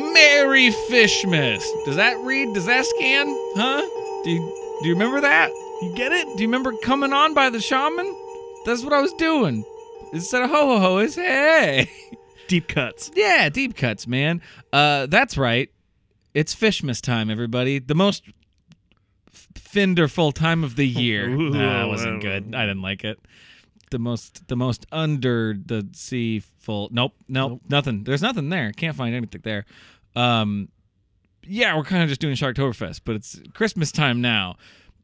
Merry Fishmas. Does that read? Does that scan? Huh? Do you, do you remember that? You get it? Do you remember coming on by the shaman? That's what I was doing. Instead of ho ho ho, it's hey. Deep cuts. Yeah, deep cuts, man. Uh, that's right. It's Fishmas time, everybody. The most f- finderful time of the year. Ooh. nah, it wasn't good. I didn't like it. The most, the most under the sea full. Nope, nope, nothing. There's nothing there. Can't find anything there. Um, yeah, we're kind of just doing Sharktoberfest, but it's Christmas time now.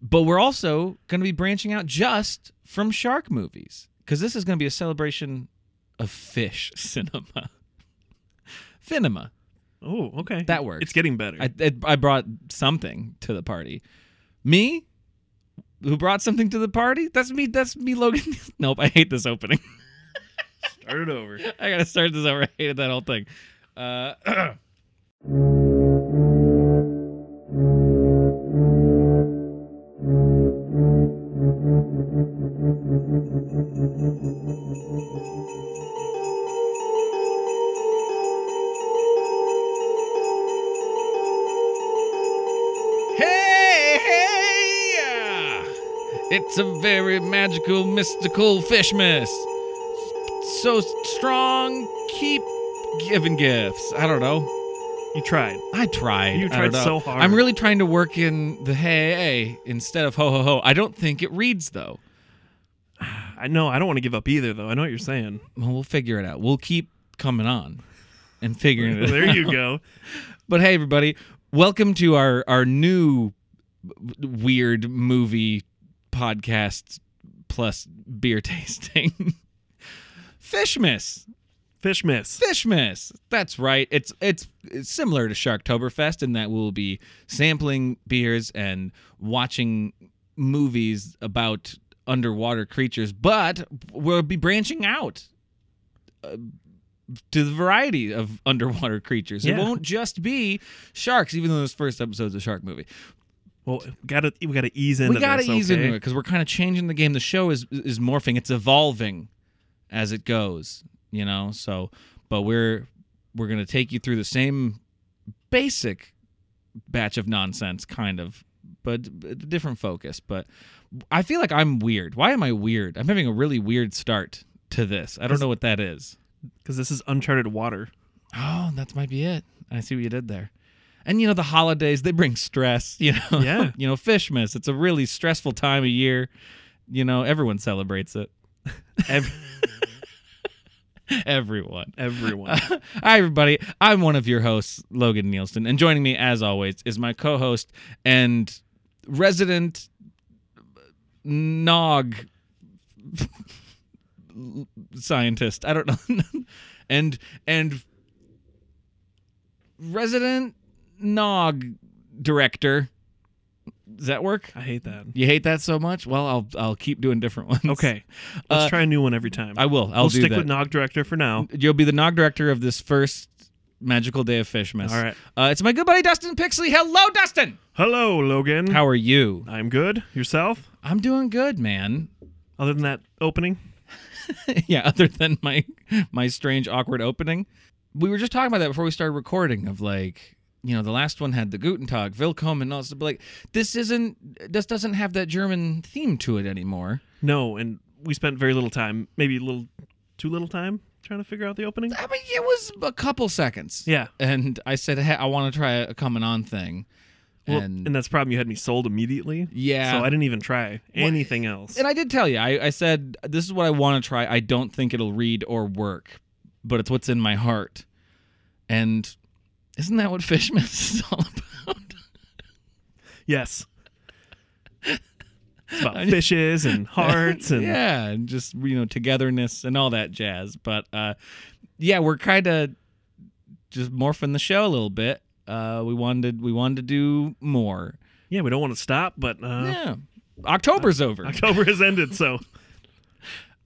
But we're also going to be branching out just from shark movies because this is going to be a celebration of fish cinema. Finema. Oh, okay. That works. It's getting better. I, I, I brought something to the party. Me, who brought something to the party? That's me. That's me, Logan. nope, I hate this opening. Start it over. I gotta start this over. I hated that whole thing. Uh, Hey, hey! yeah. It's a very magical, mystical fishmas. So strong, keep giving gifts. I don't know. You tried. I tried. You I don't tried know. so hard. I'm really trying to work in the hey, hey instead of ho ho ho. I don't think it reads though. I know. I don't want to give up either, though. I know what you're saying. Well, we'll figure it out. We'll keep coming on and figuring it out. there you go. But hey, everybody, welcome to our our new w- weird movie podcast plus beer tasting. Fishmas, Fish miss. Fishmas. That's right. It's it's, it's similar to Sharktoberfest in that we'll be sampling beers and watching movies about underwater creatures, but we'll be branching out uh, to the variety of underwater creatures. It Yeah. won't just be sharks, even though this first episode's a shark movie. Well, gotta we gotta ease into we gotta this, ease okay? into it because we're kind of changing the game. The show is is morphing. It's evolving as it goes, you know. So, but we're we're gonna take you through the same basic batch of nonsense, kind of, but but a different focus. But I feel like I'm weird. Why am I weird? I'm having a really weird start to this. I don't know what that is. because this is uncharted water. Oh, that might be it. I see what you did there. And you know the holidays they bring stress. You know, Yeah. you know Fishmas. It's a really stressful time of year. You know, everyone celebrates it. Ev- Everyone. everyone. Hi, everybody. I'm one of your hosts, Logan Nielsen, and joining me, as always, is my co-host and resident nog scientist. I don't know, and and resident nog director. Does that work? I hate that. You hate that so much? Well, I'll I'll keep doing different ones. Okay, let's Uh, try a new one every time. I will. I'll we'll do stick that. with Nog Director for now. You'll be the nog director of this first magical day of Fishmas. All right. Uh, it's my good buddy Dustin Pixley. Hello, Dustin. Hello, Logan. How are you? I'm good. Yourself? I'm doing good, man. Other than that opening, yeah. Other than my my strange, awkward opening, we were just talking about that before we started recording. Of like, you know, the last one had the Guten Tag, Willkommen, and all this. But like, this isn't. This doesn't have that German theme to it anymore. no, and we spent very little time, maybe a little, too little time, trying to figure out the opening. I mean, it was a couple seconds. Yeah, And I said, hey, I want to try a coming on thing. well, and, and, that's the problem. You had me sold immediately. yeah. So I didn't even try anything else. And I did tell you, I, I said, this is what I want to try. I don't think it'll read or work, but it's what's in my heart. And isn't that what Fishmas is all about? yes. It's I about just- fishes and hearts and yeah, and just, you know, togetherness and all that jazz. But uh, yeah, we're kind of just morphing the show a little bit. Uh, we wanted we wanted to do more. yeah, we don't want to stop, but uh, yeah, October's over. October has ended, so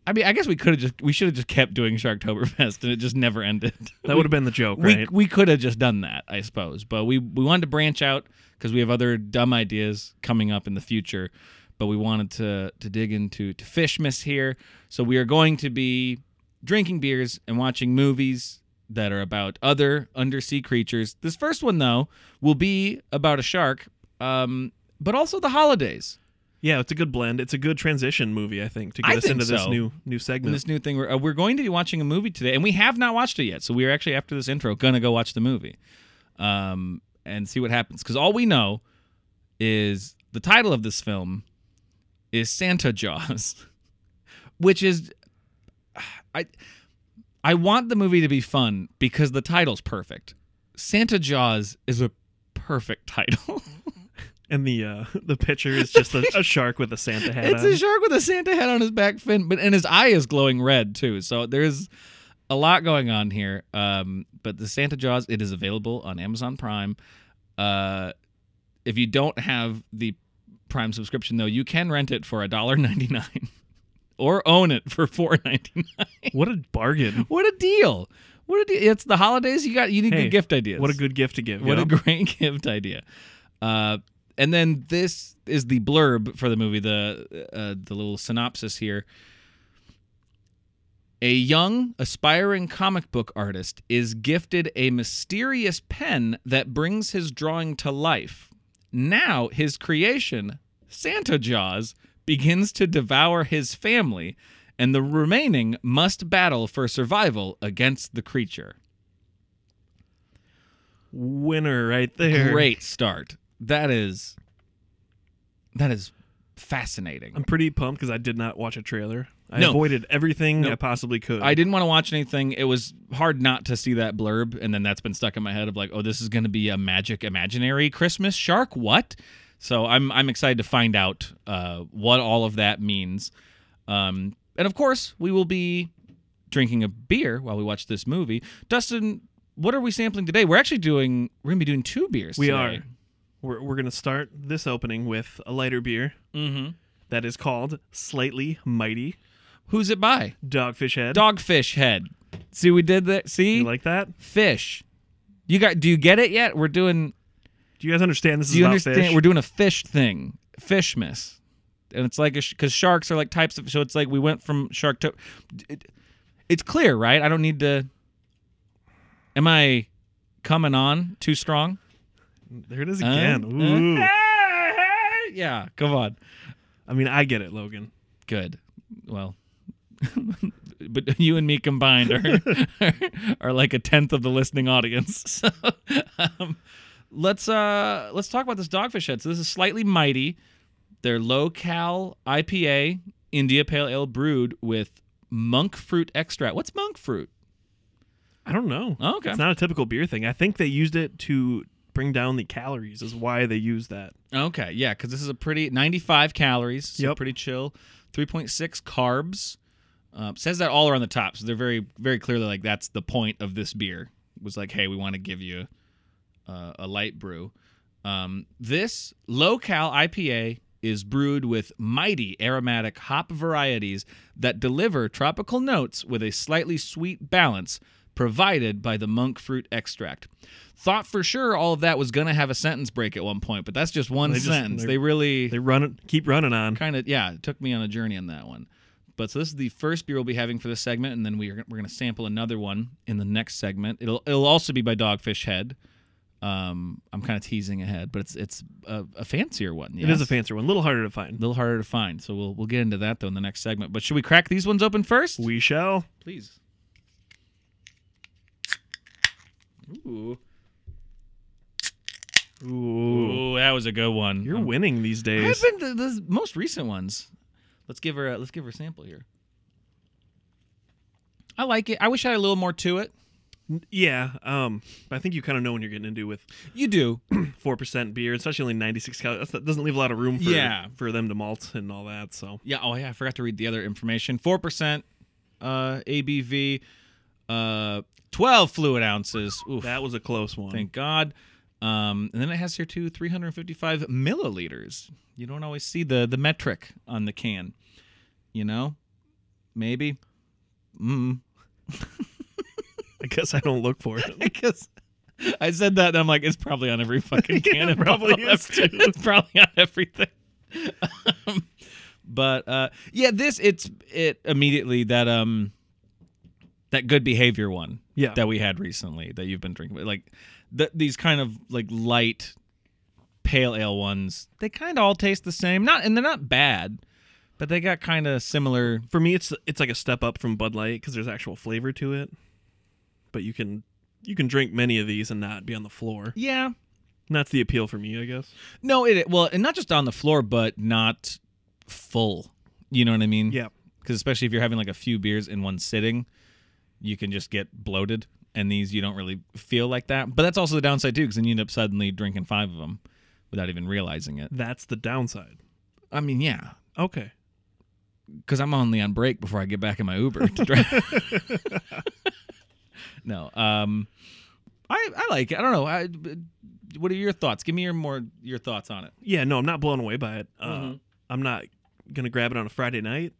I mean, I guess we could have just we should have just kept doing Sharktoberfest, and it just never ended. that would have been the joke, we, right? we could have just done that, I suppose, but we we wanted to branch out because we have other dumb ideas coming up in the future. But we wanted to to dig into to Fishmas here, so we are going to be drinking beers and watching movies that are about other undersea creatures. This first one though will be about a shark, um, but also the holidays. Yeah, it's a good blend. It's a good transition movie, I think, to get I us think into this so. new new in segment. this new thing. We're, uh, we're going to be watching a movie today, and we have not watched it yet. So we are actually after this intro going to go watch the movie, um, and see what happens. Because all we know is the title of this film is Santa Jaws, which is I I want the movie to be fun because the title's perfect. Santa Jaws is a perfect title. and the uh, the picture is just a, a shark with a Santa hat It's on. a shark with a Santa hat on his back fin, but and his eye is glowing red too. So there's a lot going on here. Um, but the Santa Jaws, it is available on Amazon Prime. Uh, if you don't have the Prime subscription though, you can rent it for $1.99 or own it for $4.99. what a bargain. What a deal! What a deal! It's the holidays. You got you need Hey, good gift ideas. What a good gift to give. What you a know? great gift idea. Uh, and then this is the blurb for the movie, the uh, the little synopsis here. A young, aspiring comic book artist is gifted a mysterious pen that brings his drawing to life. Now, his creation, Santa Jaws, begins to devour his family, and the remaining must battle for survival against the creature. winner right there. great start. That is that is fascinating. I'm pretty pumped because I did not watch a trailer. I No. avoided everything No. I possibly could. I didn't want to watch anything. It was hard not to see that blurb, and then that's been stuck in my head of like, oh, this is going to be a magic imaginary Christmas shark. What? So I'm I'm excited to find out uh, what all of that means. Um, and of course, we will be drinking a beer while we watch this movie. Dustin, what are we sampling today? We're actually doing we're gonna be doing two beers. we are. We're, we're gonna start this opening with a lighter beer Mm-hmm. that is called Slightly Mighty Who's it by? Dogfish Head. dogfish head. See, we did that. See, you like that? fish. You got? Do you get it yet? We're doing. Do you guys understand this Do is you about understand? fish? We're doing a fish thing, fish miss, and it's like because sharks are like types of. So it's like we went from shark to. It, it's clear, right? I don't need to. Am I coming on too strong? there it is Huh? again. Huh? Ooh. Yeah, come on. I mean, I get it, Logan. Good. Well, but you and me combined are, are like a tenth of the listening audience. So um, let's uh, let's talk about this dogfish head. So this is slightly mighty. They're low cal IPA India Pale Ale brewed with monk fruit extract. What's monk fruit? I don't know. Oh, okay. It's not a typical beer thing. I think they used it to bring down the calories. Is why they use that. Okay, yeah, because this is a pretty 95 calories, so Yep. pretty chill. 3.6 carbs. Uh, says that all around the top, so they're very, very clearly like that's the point of this beer. Was like, hey, we want to give you uh, a light brew. Um, this low cal IPA is brewed with mighty aromatic hop varieties that deliver tropical notes with a slightly sweet balance provided by the monk fruit extract. Thought for sure all of that was going to have a sentence break at one point, but that's just one They just- sentence. they- they really They run it. Keep running on. kind of yeah it took me on a journey on that one but so this is the first beer we'll be having for this segment and then we are, we're going to sample another one in the next segment it'll it'll also be by dogfish head um i'm kind of teasing ahead but it's it's a, a fancier one It is a yes? fancier one. A little harder to a find. little harder to find so we'll we'll get into that though in the next segment but should we crack these ones open first We shall. please Ooh. Ooh. Ooh, that was a good one. You're I'm- winning these I've days. been the, the most recent ones. Let's give her a, let's give her a sample here. I like it. I wish I had a little more to it. Yeah. Um. but I think you kind of know when you're getting into with You do. four percent beer, especially only 96 calories. That doesn't leave a lot of room for Yeah. for them to malt and all that. So Yeah. Oh yeah. I forgot to read the other information. Four percent uh, ABV. Uh, Twelve fluid ounces. Oof. that was a close one. Thank God. Um, and then it has here too 355 milliliters. You don't always see the the metric on the can. You know, maybe. Mm. I guess I don't look for it. because I said that and I'm like, it's probably on every fucking can. it It probably is, too. It's probably on everything. Um, but uh, yeah, this it's it immediately that um that good behavior one. Yeah. that we had recently that you've been drinking. Like th- these kind of like light pale ale ones, they kind of all taste the same. Not and they're not bad, but they got kind of similar. For me, it's it's like a step up from Bud Light because there's actual flavor to it. But you can you can drink many of these and not be on the floor. Yeah. And that's the appeal for me, I guess. No, it well, and not just on the floor, but not full. You know what I mean? Yeah. Because especially if you're having like a few beers in one sitting, you can just get bloated. And these you don't really feel like that. But that's also the downside too, because then you end up suddenly drinking five of them without even realizing it. That's the downside. I mean, yeah, Okay. because I'm only on break before I get back in my Uber to drive. no, um, I I like it. I don't know. I, what are your thoughts? Give me your more your thoughts on it. Yeah, no, I'm not blown away by it. Uh, Mhm. I'm not gonna grab it on a Friday night.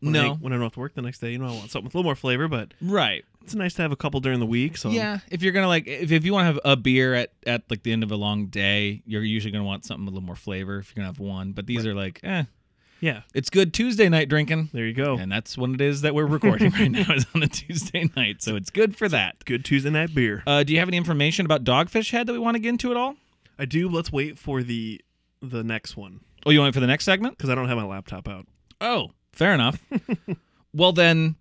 When I, no, when I don't have to work the next day, you know, I want something with a little more flavor. But right? it's nice to have a couple during the week. So Yeah, if you're gonna like, if, if you want to have a beer at at like the end of a long day, you're usually gonna want something with a little more flavor. If you're gonna have one, but these are like, eh, yeah, it's good Tuesday night drinking. there you go. And that's when it is that we're recording right now is on a Tuesday night, so it's good for that. Good Tuesday night beer. Uh, do you have any information about Dogfish Head that we want to get into at all? I do. Let's wait for the the next one Oh, you want it for the next segment? because I don't have my laptop out. Oh, fair enough. well, then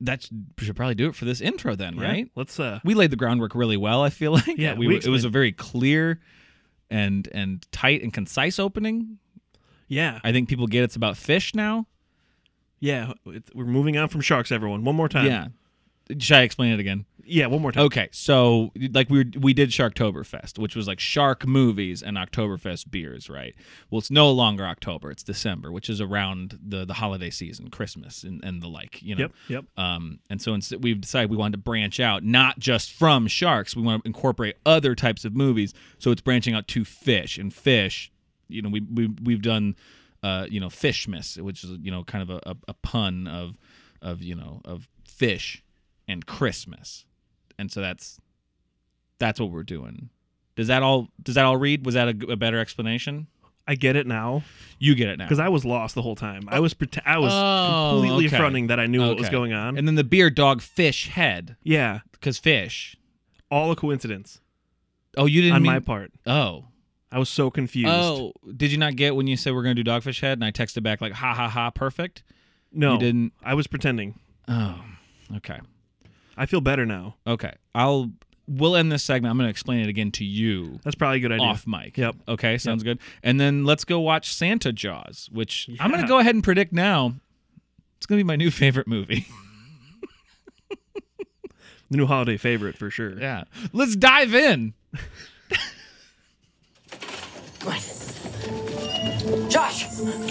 that sh- should probably do it for this intro, then, Yeah, right? Let's uh. We laid the groundwork really well. I feel like Yeah, we, we it was a very clear and and tight and concise opening. Yeah. I think people get it's about fish now. Yeah. It's, we're moving on from sharks. Everyone, one more time. yeah. Oh. Should I explain it again? Yeah. One more time. Okay, so like we were, we did Sharktoberfest, which was like shark movies and Oktoberfest beers, right? Well, it's no longer October; it's December, which is around the the holiday season, Christmas and, and the like. You know. Yep. Yep. Um, and so instead, we've decided we wanted to branch out, not just from sharks. We want to incorporate other types of movies. So it's branching out to fish and fish. You know, we we we've done, uh, you know, fishmas, which is you know kind of a, a, a pun of, of you know of fish, and Christmas, and so that's, that's what we're doing. Does that all does that all read? Was that a, g- a better explanation? I get it now You get it now. because I was lost the whole time. I was pret I was Oh, completely okay. fronting that I knew what was Okay. going on. And then the beer dog fish head yeah. because fish. All a coincidence Oh, you didn't on mean my part. oh. I was so confused. Oh, did you not get when you said we're gonna do Dogfish Head, and I texted back like, "Ha ha ha, perfect." no, you didn't. I was pretending. Oh, okay, I feel better now. okay. I'll we'll end this segment. I'm gonna explain it again to you That's probably a good idea. off mic. Yep. Okay, sounds good. And then let's go watch Santa Jaws, which I'm gonna Yeah. go ahead and predict now. It's gonna be my new favorite movie. The new holiday favorite for sure. yeah, let's dive in. Josh!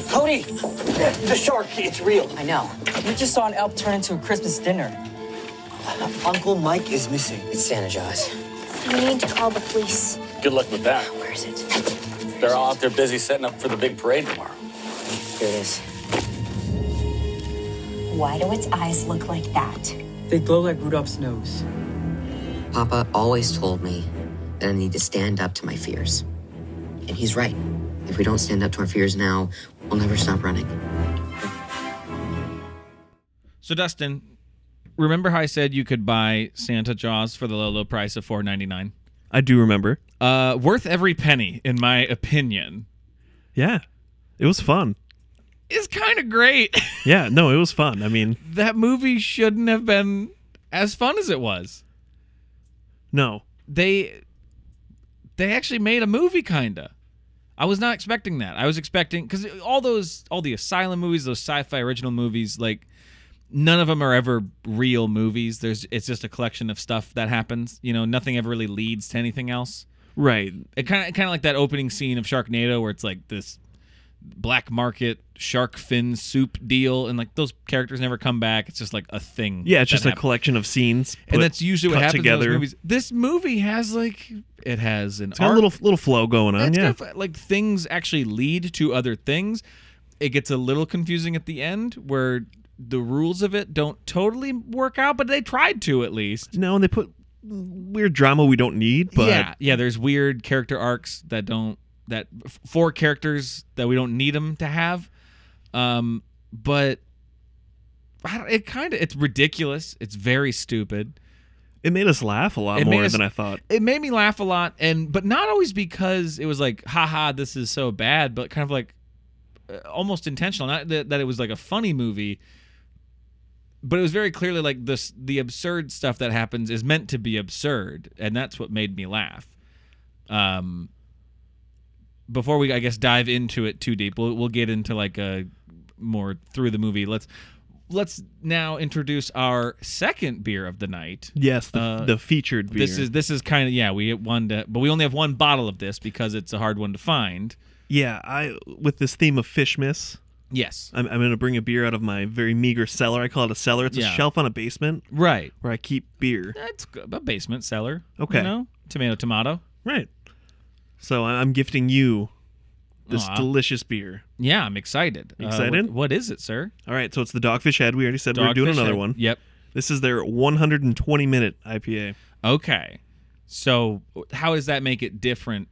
Cody, the shark, it's real. I know. We just saw an elk turn into a Christmas dinner. Uncle Mike is missing. It's Santa Jaws. We need to call the police. Good luck with that. Where is it? They're all out there busy setting up for the big parade tomorrow. Here it is. Why do its eyes look like that? They glow like Rudolph's nose. Papa always told me that I need to stand up to my fears. And he's right. If we don't stand up to our fears now, we'll never stop running. So Dustin, remember how I said you could buy Santa Jaws for the low low price of four ninety nine? I do remember. Uh, worth every penny, in my opinion. Yeah. It was fun. Is kind of great. Yeah, no, it was fun. I mean, that movie shouldn't have been as fun as it was. no. They they actually made a movie kinda. I was not expecting that. I was expecting cuz all those all the asylum movies, those sci-fi original movies like none of them are ever real movies. There's it's just a collection of stuff that happens, you know, nothing ever really leads to anything else. Right. It kind of kind of like that opening scene of Sharknado where it's like this black market shark fin soup deal and like those characters never come back. It's just like a thing. Yeah, it's that just a happens. collection of scenes. put- and that's usually what cut happens in together. those movies. This movie has like it has an It's got a arc. little little flow going on. It's yeah. got, like things actually lead to other things. It gets a little confusing at the end where the rules of it don't totally work out, but they tried to at least. no, and they put weird drama we don't need, but yeah, yeah. There's weird character arcs that don't that f- four characters that we don't need them to have. Um, but I don't, it kind of it's ridiculous. It's very stupid. It made us laugh a lot It made more us- than I thought. it made me laugh a lot and but not always because it was like haha this is so bad but kind of like uh, almost intentional not that, that it was like a funny movie but it was very clearly like this the absurd stuff that happens is meant to be absurd and that's what made me laugh um before we i guess dive into it too deep we'll, we'll get into like a more through the movie let's let's now introduce our second beer of the night Yes, the, Uh, the featured beer. this is this is kind of yeah. We get one, to, but we only have one bottle of this because it's a hard one to find. yeah. I with this theme of fish miss. Yes, I'm, I'm gonna bring a beer out of my very meager cellar. I call it a cellar. It's Yeah. a shelf on a basement right. where I keep beer. That's g- a basement cellar. Okay. you know? tomato, tomato. Right. So I- I'm gifting you this Aw. delicious beer. Yeah, I'm excited. Uh, Excited? what- what is it, sir? All right. So it's the Dogfish Head. We already said we were doing Dogfish another Head. one. Yep. This is their 120 minute IPA. Okay. So how does that make it different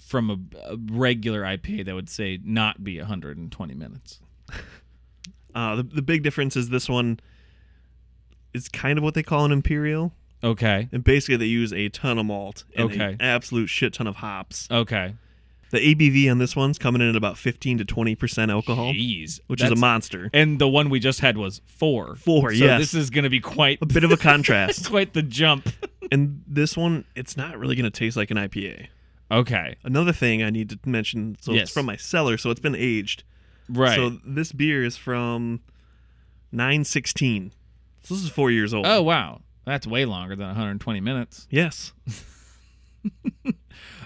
from a, a regular IPA that would say not be 120 minutes? Uh, the, the big difference is this one is kind of what they call an imperial, Okay. and basically they use a ton of malt and Okay. an absolute shit ton of hops. Okay. The ABV on this one's coming in at about 15 to 20 percent alcohol, Jeez, which is That's- a monster. And the one we just had was four. Four, So yes. this is going to be quite A bit of a contrast. quite the jump. and this one, it's not really going to taste like an IPA. Okay. Another thing I need to mention, so Yes. it's from my cellar, so it's been aged. Right. So this beer is from 916. So this is four years old. oh wow, that's way longer than 120 minutes. yes.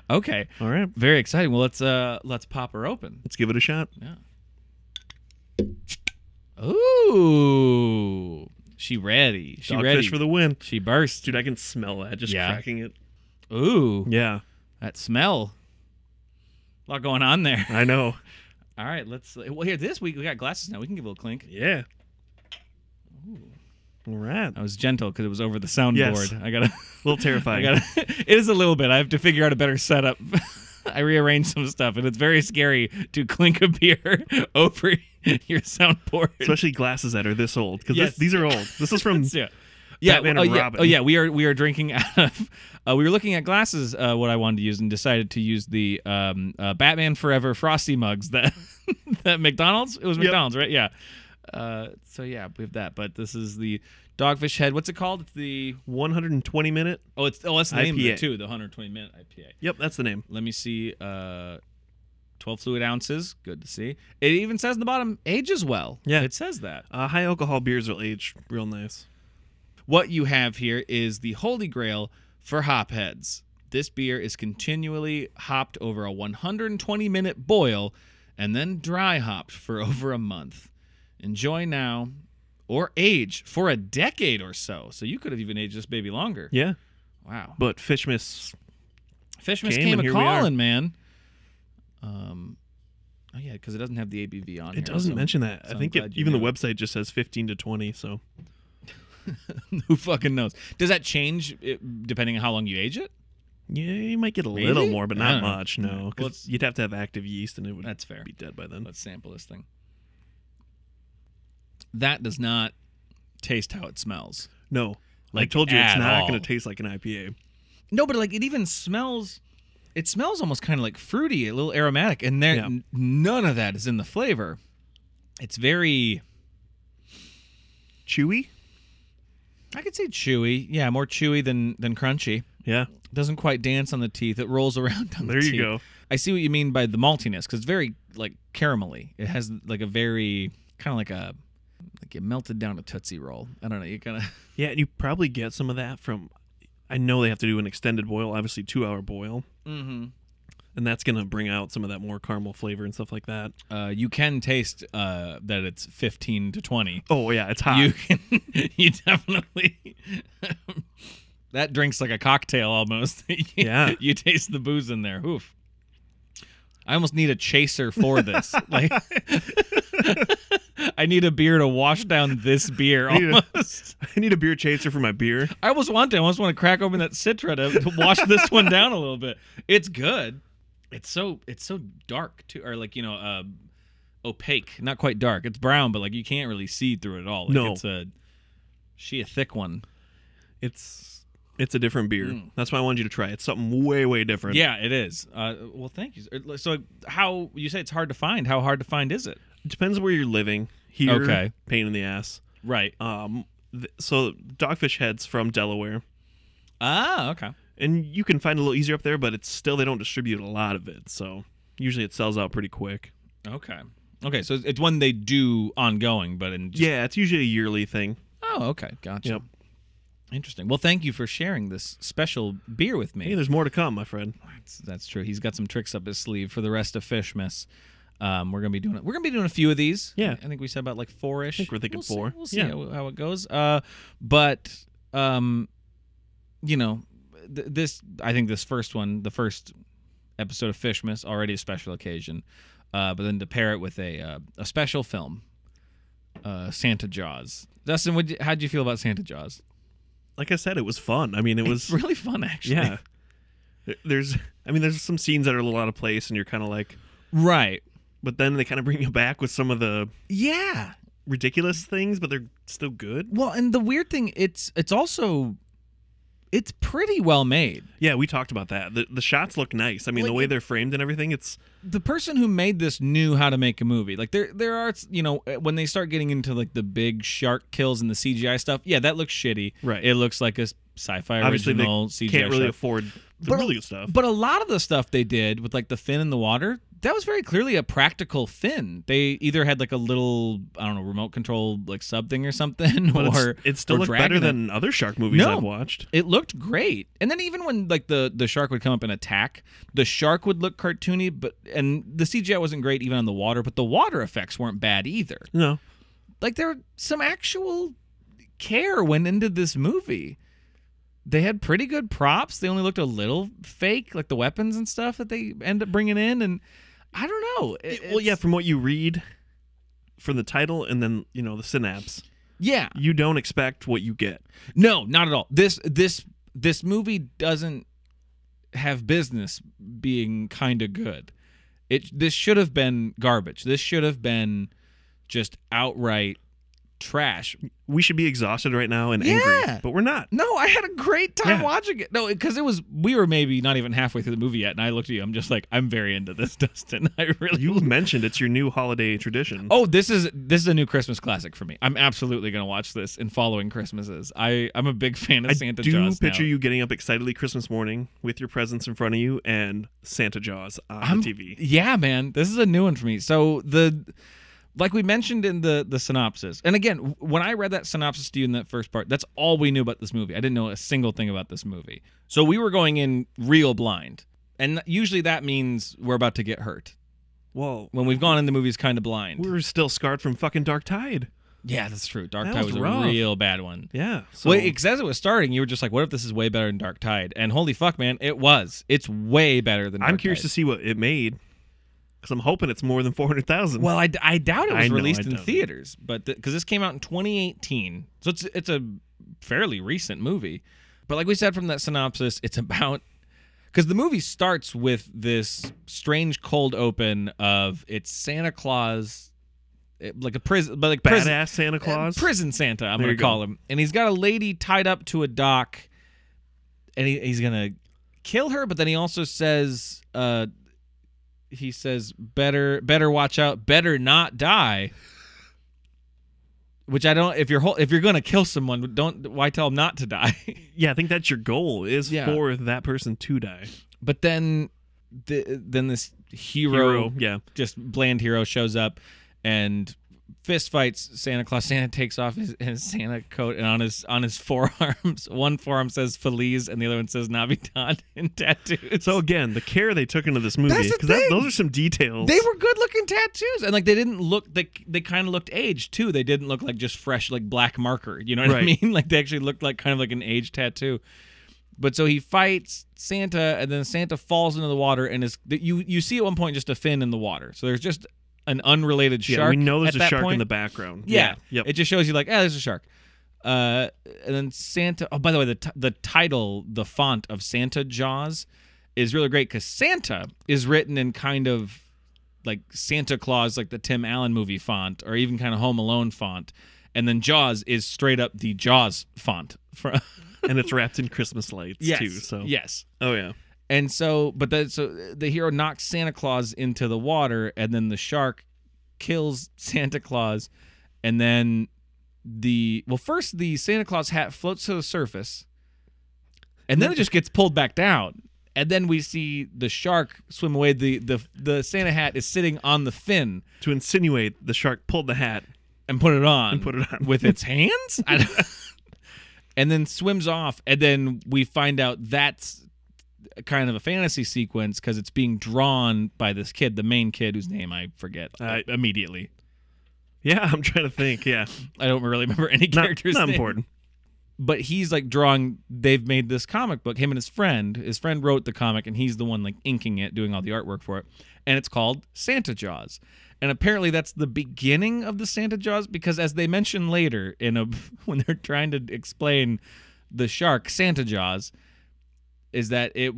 Okay. All right, Very exciting. Well, let's uh let's pop her open. let's give it a shot. Ooh. She ready. She Dogfish ready. for the win, she burst. dude. I can smell that just Yeah. cracking it. Ooh. Yeah, That smell. A lot going on there. I know. All right, let's well here this week we got glasses now. We can give a little clink. Yeah. All right. I A was gentle because it was over the soundboard. Yes. I gotta little I terrifying. gotta it is a little bit. I have to figure out a better setup. I rearranged some stuff and it's very scary to clink a beer over your soundboard. Especially glasses that are this old because Yes. these are old. This is from yeah. Yeah, Batman oh, and yeah, Robin. oh yeah, we are we are drinking out of. Uh, we were looking at glasses. Uh, what I wanted to use and decided to use the um, uh, Batman Forever frosty mugs that that McDonald's. It was Yep. McDonald's, right? Yeah. Uh, so yeah, we have that. But this is the Dogfish Head. What's it called? It's the 120 minute. oh, it's oh, that's the name of IPA. it too. The 120 minute IPA. Yep, that's the name. Let me see. Uh, 12 fluid ounces. Good to see. It even says in the bottom ages well. Yeah. it says that. Uh, high alcohol beers will age real nice. What you have here is the holy grail for hop heads. This beer is continually hopped over a 120 minute boil and then dry hopped for over a month. Enjoy now or age for a decade or so. So you could have even aged this baby longer. Yeah, Wow. but fish miss. Fishmas Came came, and a here we are. calling, man. Um, oh, yeah, because it doesn't have the ABV on It doesn't mention that. I think it, even the website. website just says 15 to 20. So Who fucking knows? Does that change it, depending on how long you age it? yeah, you might get a Maybe? little more, but I not don't know. much. No, Well, 'cause it's- you'd have to have active yeast, and it would That's fair. be dead by then. Let's sample this thing. That does not taste how it smells. No, Like, I told you, it's at not all. going to taste like an IPA. No, but like it even smells. It smells almost kind of like fruity, a little aromatic, and there Yeah. n- none of that is in the flavor. It's very. Chewy. I could say chewy. Yeah, more chewy than than crunchy. Yeah, Doesn't quite dance on the teeth. It rolls around on the There teeth. you go. I see what you mean by the maltiness because it's very like caramelly. It has like a very kind of like a like it melted down a tootsie roll. I don't know. You kind of yeah, and you probably get some of that from. I know they have to do an extended boil, obviously two hour boil, and that's going to bring out some of that more caramel flavor and stuff like that. Uh, you can taste uh, that it's 15 to 20. Oh yeah, it's hot. You can, you definitely. that drinks like a cocktail almost. You- Yeah. you taste the booze in there. Oof. I almost need a chaser for this. like, I need a beer to wash down this beer. I need a- Almost. I need a beer chaser for my beer. I almost want to. I almost want to crack open that Citra to, to wash this one down a little bit. It's good. It's so it's so dark too, or like you know, uh, opaque. Not quite dark. It's brown, but like you can't really see through it all. Like No. it's a she a thick one. It's It's a different beer. That's why I wanted you to try. it. It's something way, way different. Yeah, it is. Uh, well, thank you. So, how you say it's hard to find? How hard to find is it? It depends where you're living. Here, Okay. pain in the ass. Right. Um, th- so Dogfish Head's from Delaware, ah, okay. and you can find it a little easier up there, but it's still they don't distribute a lot of it, so usually it sells out pretty quick. Okay. Okay. So it's one they do ongoing, but in just, Yeah, it's usually a yearly thing. Oh, okay. Gotcha. Yep. Interesting. Well, thank you for sharing this special beer with me. Hey, there's more to come, my friend. That's, that's true. He's got some tricks up his sleeve for the rest of Fishmas. Um, we're gonna be doing it. We're gonna be doing a few of these. Yeah. I think we said about like four-ish. I think we're thinking we'll see- four. we'll see Yeah. how, how it goes. Uh, but um, you know, th- this I think this first one, the first episode of Fishmas, already a special occasion. Uh, but then to pair it with a uh, a special film, uh, Santa Jaws. Dustin, would you, how'd you feel about Santa Jaws? Like I said, it was fun. I mean, it was Really fun, actually. yeah. There- There's, I mean, there's some scenes that are a little out of place, and you're kind of like, Right. but then they kind of bring you back with some of the Yeah. ridiculous things, but they're still good. Well, and the weird thing, it's it's also it's pretty well made. Yeah, we talked about that. The the shots look nice. I mean, the Like way it- they're framed and everything, it's The person who made this knew how to make a movie. Like there there are you know eh, when they start getting into like the big shark kills and the CGI stuff, yeah, that looks shitty. Right. It looks like a s- sci-fi obviously they original CGI. can't really shark. afford the But- really good stuff. But a lot of the stuff they did with like the fin in the water, that was very clearly a practical fin. They either had like a little I don't know remote control like sub thing or something, But it's- or it still or looked better dragon it. than other shark movies No. I've watched. It looked great. And then even when like the the shark would come up and attack, the shark would look cartoony, but and the CGI wasn't great even on the water, but the water effects weren't bad either. No, Like there were some actual care went into this movie. They had pretty good props. They only looked a little fake, like the weapons and stuff that they end up bringing in and I don't know. It- well, yeah, it's- from what you read from the title and then you know the synapse, yeah. you don't expect what you get. No, not at all. This this this movie doesn't have business being kind of good. It this should have been garbage. This should have been just outright trash. We should be exhausted right now and Yeah. angry, but we're not. No, I had a great time Yeah. watching it. No, because it was we were maybe not even halfway through the movie yet, and I looked at you. I'm just like, I'm very into this, Dustin. I really. You mentioned it's your new holiday tradition. Oh, this is this is a new Christmas classic for me. I'm absolutely gonna watch this in following Christmases. I I'm a big fan of I Santa do Jaws. now. picture you getting up excitedly Christmas morning with your presents in front of you and Santa Jaws on I'm- the TV. Yeah, man, this is a new one for me. So the like we mentioned in the the synopsis, and again, w- when I read that synopsis to you in that first part, that's all we knew about this movie. I didn't know a single thing about this movie. So we were going in real blind, and usually that means we're about to get hurt Well, when we've gone in the movies kind of blind. we're still scarred from fucking Dark Tide. yeah, that's true. Dark That Tide was was, a rough. real bad one. Yeah. So Well, it, as it was starting, you were just like, "What if this is way better than Dark Tide?" And holy fuck, man, it was. It's way better than. Dark I'm curious Tide. to see what it made because I'm hoping it's more than 400,000. Well, I, d- I doubt it I was know, released I in doubt it. theaters, but because this came out in 2018, so it's it's a fairly recent movie. But like we said from that synopsis, it's about because the movie starts with this strange cold open of it's Santa Claus, eh, like a prison, but like badass prison, Santa Claus. uh, prison Santa, I'm There going you to go. call him. And he's got a lady tied up to a dock, and he, he's going to kill her. But then he also says, uh, he says, better, better watch out, better not die. Which I don't. If you're hol- if you're going to kill someone, don't why tell them not to die. Yeah, I think that's your goal is Yeah. for that person to die. but then, the, then this Hero. Yeah. just bland hero shows up and fist fights Santa Claus. Santa takes off his, his Santa coat and on his on his forearms, one forearm says Feliz and the other one says Navidad in tattoos. So again, the care they took into this movie That's the because thing. those are some details. they were good looking tattoos and like they didn't look they they kind of looked aged too. They didn't look like just fresh like black marker. You know what I Right. mean? Like they actually looked like kind of like an aged tattoo. But so he fights Santa, and then Santa falls into the water, and is you you see at one point just a fin in the water. So there's just an unrelated Yeah, shark. we know there's at a that shark point. in the background. Yeah. Yep. It just shows you like, ah, there's a shark. Uh, and then Santa. Oh, by the way, the t- the title, the font of Santa Jaws, is really great because Santa is written in kind of like Santa Claus, like the Tim Allen movie font, or even kind of Home Alone font. and then Jaws is straight up the Jaws font from and it's wrapped in Christmas lights too. So yes. oh yeah, And so, but the, so the hero knocks Santa Claus into the water, and then the shark kills Santa Claus, and then the well, first the Santa Claus hat floats to the surface, and then it just gets pulled back down, and then we see the shark swim away. the the The Santa hat is sitting on the fin to insinuate the shark pulled the hat. and put it on put it on. with its hands I don't- and then swims off and then we find out that's kind of a fantasy sequence because it's being drawn by this kid the main kid whose name i forget Uh, immediately Yeah, I'm trying to think. Yeah, i don't really remember any not, characters not name. important. but he's like drawing they've made this comic book him and his friend his friend wrote the comic and he's the one like inking it doing all the artwork for it and it's called santa jaws and apparently that's the beginning of the santa jaws because as they mention later in a when they're trying to explain the shark santa jaws is that it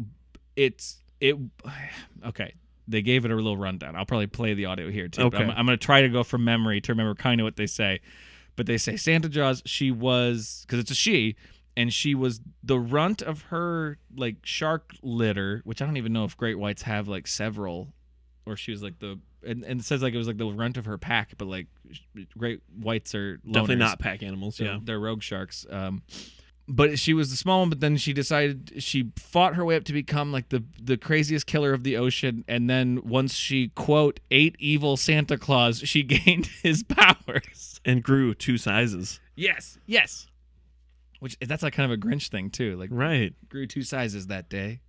it's it okay they gave it a little rundown i'll probably play the audio here too but I'm, Okay. I'm gonna try to go from memory to remember kind of what they say but they say santa jaws she was because it's a she and she was the runt of her like shark litter which i don't even know if great whites have like several or she was like the and, and it says like it was like the runt of her pack but like sh- great whites are loners. Definitely not pack animals. So Yeah, they're rogue sharks. Um, but she was the small one. But then she decided she fought her way up to become like the the craziest killer of the ocean. And then once she quote ate evil Santa Claus, she gained his powers. and grew two sizes. Yes, yes. Which that's like kind of a Grinch thing too. Like Right. grew two sizes that day.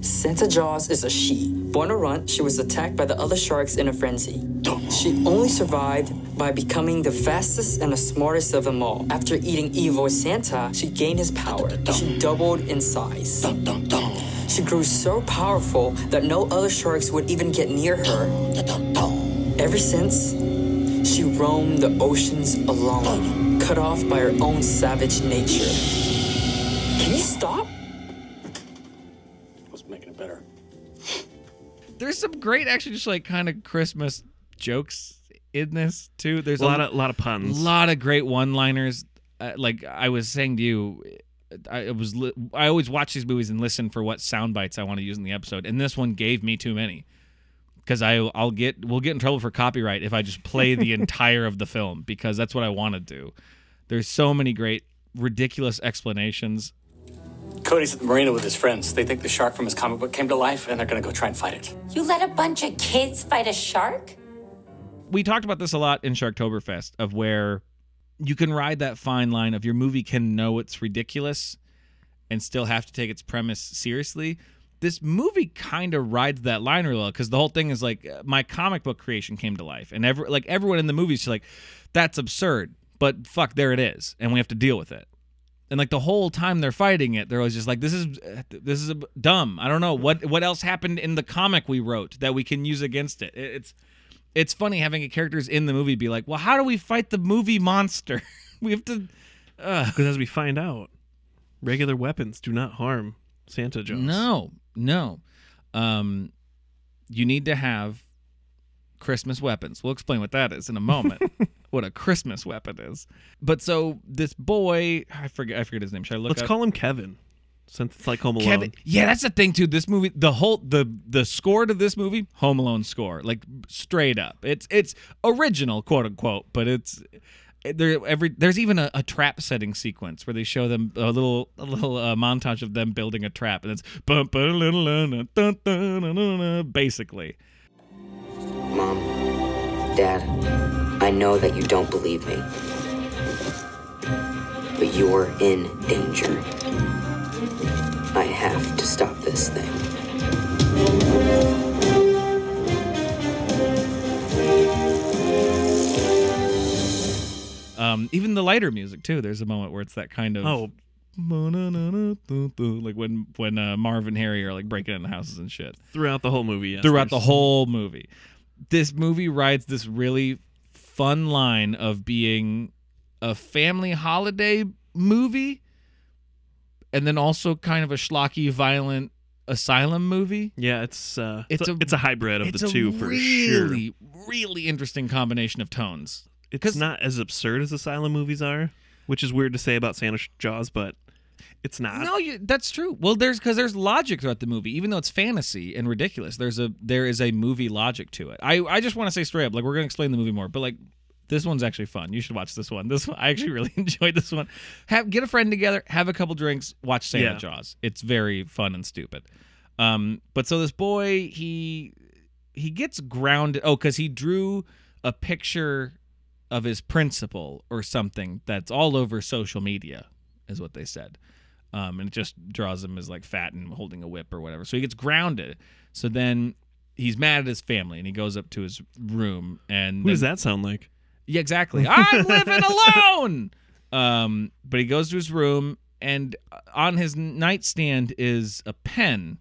Santa Jaws is a she. Born a runt, she was attacked by the other sharks in a frenzy. She only survived by becoming the fastest and the smartest of them all. After eating evil Santa, she gained his power. She doubled in size. She grew so powerful that no other sharks would even get near her. Ever since, she roamed the oceans alone, cut off by her own savage nature. Can you stop? What's making it better? There's some great actually just like kind of Christmas jokes in this too. There's A lot of lot of puns. lot of great one-liners. Uh, like I was saying to you, I it was li- I always watch these movies and listen for what sound bites I want to use in the episode, and this one gave me too many. Because I I'll get we'll get in trouble for copyright if I just play the entire of the film because that's what I want to do. There's so many great ridiculous explanations. Cody's at the marina with his friends. They think the shark from his comic book came to life, and they're gonna go try and fight it. You let a bunch of kids fight a shark? we talked about this a lot in Sharktoberfest of where you can ride that fine line of your movie can know it's ridiculous and still have to take its premise seriously. This movie kind of rides that line really well because the whole thing is like uh, my comic book creation came to life, and every like everyone in the movie is like, "That's absurd," but fuck, there it is, and we have to deal with it. And like the whole time they're fighting it, they're always just like, "This is uh, this is dumb. I don't know what what else happened in the comic we wrote that we can use against it." It- It's it's funny having a characters in the movie be like, "Well, how do we fight the movie monster? we have to." Because as we find out, regular weapons do not harm Santa Jaws. No, no. Um, you need to have Christmas weapons. We'll explain what that is in a moment. what a Christmas weapon is. But so this boy, I forget, I forget his name. Should I look? Let's up? call him Kevin, since it's like Home Alone. Kevin. Yeah, that's the thing too. This movie, the whole the the score to this movie, Home Alone score, like straight up. It's it's original, quote unquote, but it's eh, there every there's even a, a trap setting sequence where they show them a little a little uh, montage of them building a trap, and it's bum, bum, la, la, la, dun, dun, dun, dun, dun, basically. Mom, Dad, I know that you don't believe me. But you're in danger. I have to stop this thing. Um, even the lighter music too. There's a moment where it's that kind of Oh, like when when uh, Marv and Harry are like breaking into houses and shit. throughout the whole movie. Yes, throughout the there's- whole movie. This movie rides this really fun line of being a family holiday movie and then also kind of a schlocky violent asylum movie. Yeah, it's uh, It's it's, a- a, it's a hybrid of it's the a two for sure. really, really interesting combination of tones. it's 'Cause- not as absurd as asylum movies are, which is weird to say about Santa Sh- Jaws, but it's not. No, you, that's true. Well, there's because there's logic throughout the movie, even though it's fantasy and ridiculous. There's a there is a movie logic to it. I I just want to say straight up, like we're gonna explain the movie more, but like this one's actually fun. You should watch this one. This one I actually really enjoyed this one. Have get a friend together, have a couple drinks, watch Santa Yeah. Jaws. It's very fun and stupid. Um, but so this boy he he gets grounded. Oh, because he drew a picture of his principal or something that's all over social media, is what they said. Um, and it just draws him as like fat and holding a whip or whatever. So he gets grounded. So then he's mad at his family and he goes up to his room and Who then- does that sound like? yeah, exactly. I'm living alone. Um, but he goes to his room, and uh, on his nightstand is a pen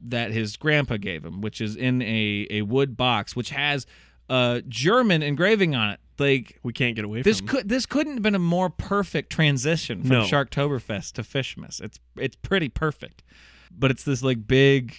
that his grandpa gave him, which is in a, a wood box, which has uh, German engraving on it. Like We can't get away this from. could this couldn't have been a more perfect transition from No. Sharktoberfest to Fishmas. It's it's pretty perfect, but it's this like big,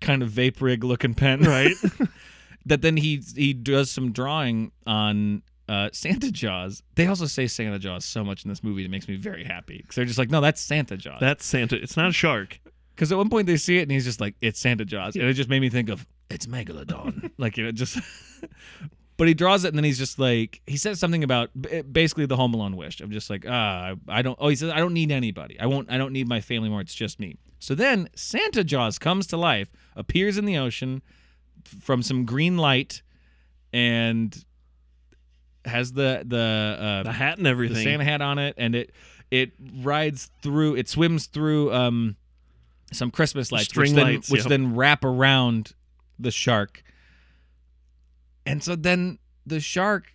kind of vape rig looking pen, right? that then he he does some drawing on uh, Santa Jaws. They also say Santa Jaws so much in this movie, it makes me very happy because they're just like, no, that's Santa Jaws. That's Santa. It's not a shark. Because at one point they see it and he's just like, it's Santa Jaws. And it just made me think of, it's Megalodon. like, you know, just. but he draws it and then he's just like, he says something about b- basically the Home Alone wish. I'm just like, ah, I, I don't. Oh, he says, I don't need anybody. I won't, I don't need my family more. It's just me. So then Santa Jaws comes to life, appears in the ocean f- from some green light and has the, the, uh, The hat and the everything. Santa hat on it, and it it rides through, it swims through um some Christmas lights, String which then, lights, which yep. then wrap around the shark, and so then the shark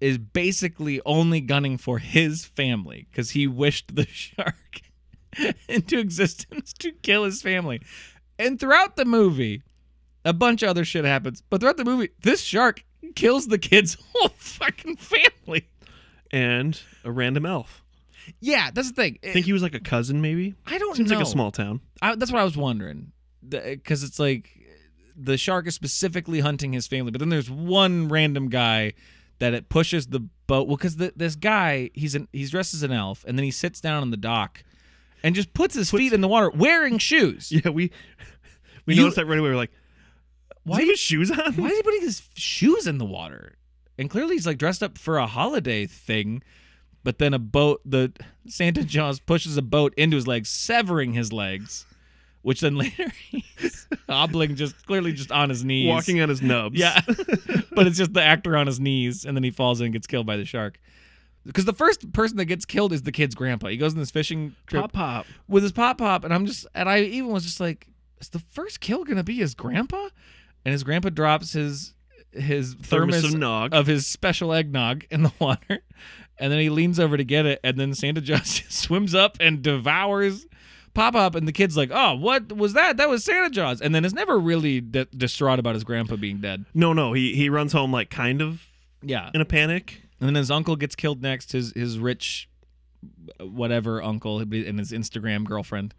is basically only gunning for his family because he wished the shark into existence to kill his family, and throughout the movie. A bunch of other shit happens, but throughout the movie, this shark kills the kid's whole fucking family. and a random elf. Yeah, that's the thing. I think he was like a cousin, maybe. I don't Seems know. like a small town. I, that's what I was wondering, because it's like the shark is specifically hunting his family, but then there's one random guy that it pushes the boat. Well, because this guy he's an, he's dressed as an elf, and then he sits down on the dock and just puts his feet in the water wearing shoes. Yeah, we we You- noticed that right away. We're like, why Why he have his shoes on? Why is he putting his shoes in the water? And clearly he's like dressed up for a holiday thing, but then a boat, the Santa Jaws pushes a boat into his legs, severing his legs, which then later he's hobbling just clearly just on his knees. Walking on his nubs. Yeah. but it's just the actor on his knees, and then he falls in and gets killed by the shark. Because the first person that gets killed is the kid's grandpa. He goes on this fishing trip Pop pop. with his pop pop, and I'm just and I even was just like, is the first kill gonna be his grandpa? And his grandpa drops his his Thermos thermos, of nog. of his special eggnog in the water, and then he leans over to get it, and then Santa Jaws just swims up and devours Pop Pop, and the kid's like, "Oh, what was that? That was Santa Jaws." And then is never really de- distraught about his grandpa being dead. No, no. He he runs home like kind of Yeah, in a panic. and then his uncle gets killed next. His his rich, whatever uncle and his Instagram girlfriend.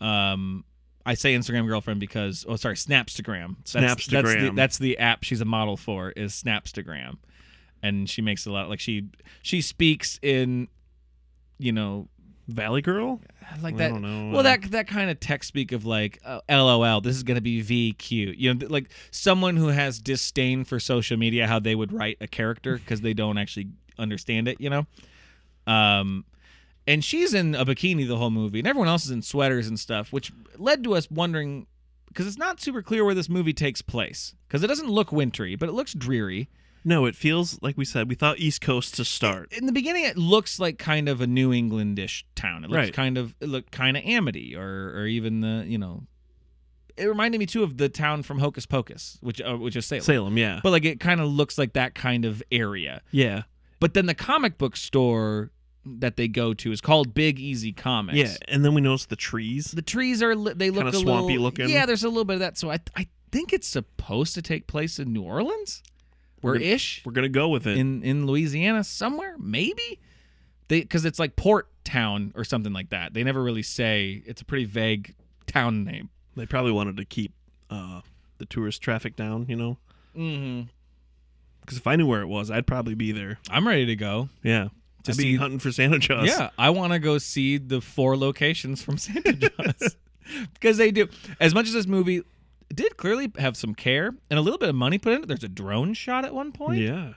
Um, I say Instagram girlfriend because oh sorry Snapstagram. That's, that's the, Snapstagram. that's the app she's a model for is Snapstagram, and she makes a lot like she she speaks in, you know, Valley Girl? like I that. don't know. uh, Well, that that kind of tech speak of like, uh, LOL, this is gonna be VQ. You know, th- like someone who has disdain for social media, how they would write a character because they don't actually understand it. You know, um, and she's in a bikini the whole movie, and everyone else is in sweaters and stuff, which led to us wondering because it's not super clear where this movie takes place because it doesn't look wintry, but it looks dreary. No, it feels like we said, we thought East Coast to start. in the beginning it looks like kind of a New Englandish town. It looks Right. kind of it looked kind of Amity or or even the you know. It reminded me too of the town from Hocus Pocus, which uh, which is Salem. Salem, yeah. But like it kind of looks like that kind of area. yeah. But then the comic book store that they go to is called Big Easy Comics. Yeah. And then we noticed the trees. The trees are li- they look Kinda a swampy little, looking. Yeah, there's a little bit of that. So I I think it's supposed to take place in New Orleans, We're or gonna- ish We're going to go with it. in in Louisiana somewhere, maybe. They because it's like port town or something like that. They never really say. It's a pretty vague town name. they probably wanted to keep uh, the tourist traffic down, you know? Mm-hmm. Because if I knew where it was, I'd probably be there. I'm ready to go. Yeah. To I'd be see- hunting for Santa Jaws. Yeah, I want to go see the four locations from Santa John's because they do. As much as this movie did clearly have some care and a little bit of money put in it, there's a drone shot at one point. Yeah.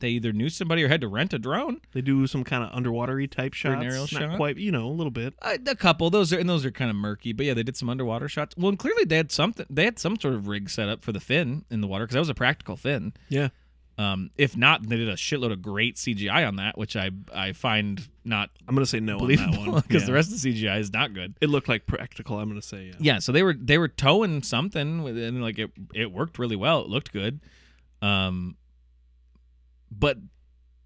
They either knew somebody or had to rent a drone. They do some kind of underwatery type an shots. aerial Not shot? quite, you know, a little bit. Uh, a couple those are and those are kind of murky, but yeah, they did some underwater shots. Well, and clearly they had something. They had some sort of rig set up for the fin in the water because that was a practical fin. Yeah. Um, if not, they did a shitload of great CGI on that, which I I find not I'm gonna say no on that believable one because Yeah. the rest of the CGI is not good. It looked like practical. I'm gonna say yeah. yeah so they were they were towing something with- and like it it worked really well it looked good um but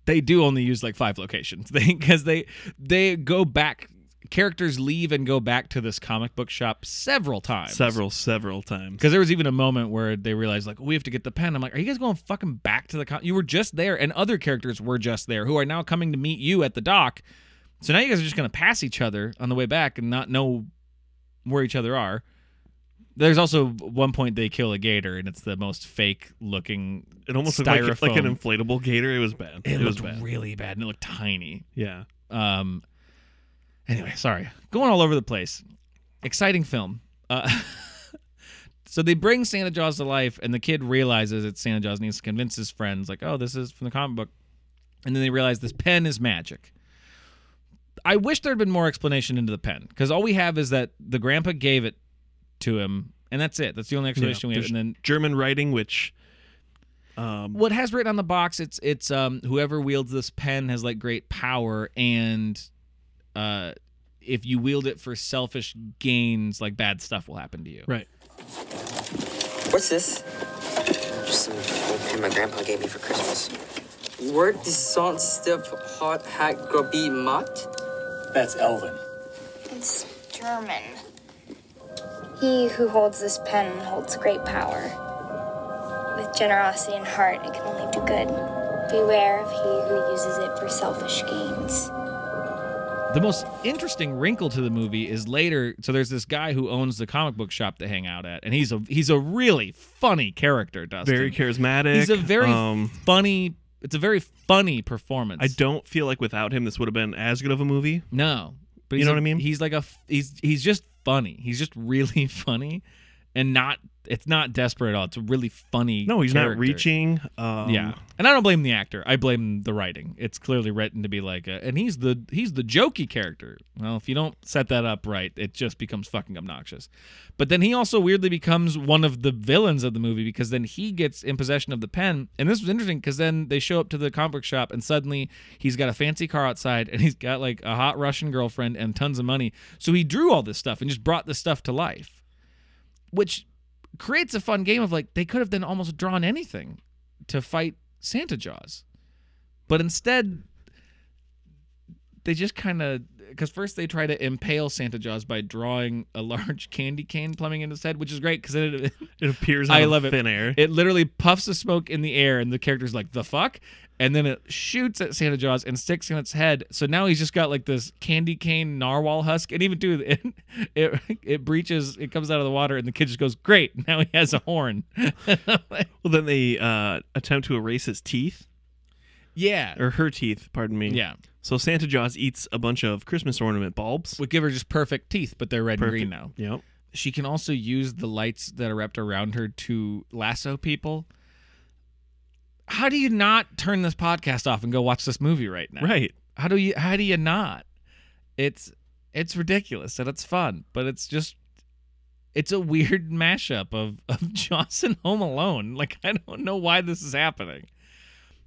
they do only use like five locations they because they they go back characters leave and go back to this comic book shop several times Several, several times. because there was even a moment where they realized like we have to get the pen i'm like are you guys going fucking back to the com-? you were just there and other characters were just there who are now coming to meet you at the dock so now you guys are just going to pass each other on the way back and not know where each other are there's also one point they kill a gator and it's the most fake looking It almost looked like, like an Styrofoam. inflatable gator. It was bad. it, was looked bad. really bad and it looked tiny yeah. um anyway sorry going all over the place exciting film uh so they bring santa jaws to life and the kid realizes it's santa jaws and he has to convince his friends like oh this is from the comic book and then they realize this pen is magic i wish there had been more explanation into the pen because all we have is that the grandpa gave it to him and that's it that's the only Yeah. explanation we have There's and then German writing, which um what has written on the box it's it's um whoever wields this pen has like great power and uh if you wield it for selfish gains like bad stuff will happen to you Right. What's this? Just some old pen my grandpa gave me for Christmas. Word die Sans Stiff Hot Hack Grubby Mott? That's Elvin. It's German. He who holds this pen holds great power. With generosity in heart, it can only do good. Beware of he who uses it for selfish gains. the most interesting wrinkle to the movie is later so there's this guy who owns the comic book shop they hang out at and he's a he's a really funny character Dustin. Very charismatic. he's a very um funny it's a very funny performance I don't feel like without him this would have been as good of a movie. No, but You he's know a- what I mean? He's like a f- he's he's just funny. He's just really funny, and not it's not desperate at all. It's a really funny. No, he's not character. reaching. Um, yeah, and I don't blame the actor. I blame the writing. It's clearly written to be like, a, and he's the he's the jokey character. Well, if you don't set that up right, it just becomes fucking obnoxious. But then he also weirdly becomes one of the villains of the movie because then he gets in possession of the pen. And this was interesting because then they show up to the comic book shop and suddenly he's got a fancy car outside and he's got like a hot Russian girlfriend and tons of money. So he drew all this stuff and just brought this stuff to life, which creates a fun game of like they could have then almost drawn anything to fight Santa Jaws. But instead, they just kind of because first they try to impale Santa Jaws by drawing a large candy cane plumbing into his head, which is great because it It appears out I of love it. thin air. It literally puffs the smoke in the air, and the character's like the fuck, and then it shoots at Santa Jaws and sticks in its head. So now he's just got like this candy cane narwhal husk, and even too it it, it breaches, it comes out of the water, and the kid just goes great. Now he has a horn. well, then they uh, attempt to erase his teeth yeah, or her teeth. Pardon me. yeah. So Santa Jaws eats a bunch of Christmas ornament bulbs. would give her just perfect teeth, but they're red Perfect. and green now. Yep. She can also use the lights that are wrapped around her to lasso people. How do you not turn this podcast off and go watch this movie right now? Right. How do you how do you not? It's it's ridiculous and it's fun, but it's just it's a weird mashup of of Johnson Home Alone. Like I don't know why this is happening.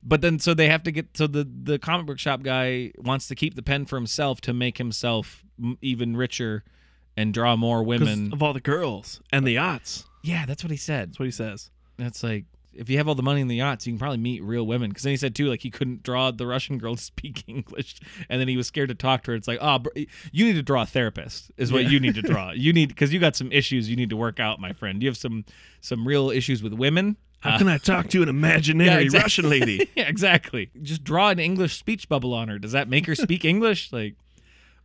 But then so they have to get so the the comic book shop guy wants to keep the pen for himself to make himself m- even richer and draw more 'Cause women. of all the girls and the yachts. yeah, that's what he said. That's what he says. That's like if you have all the money in the yachts, you can probably meet real women. Because then he said too, like he couldn't draw the Russian girl to speak English, and then he was scared to talk to her. It's like, oh, br- you need to draw a therapist, is what you need to draw. You need because you got some issues you need to work out, my friend. You have some some real issues with women. How can I talk to an imaginary yeah, exact- Russian lady? yeah, exactly. Just draw an English speech bubble on her. Does that make her speak English? Like,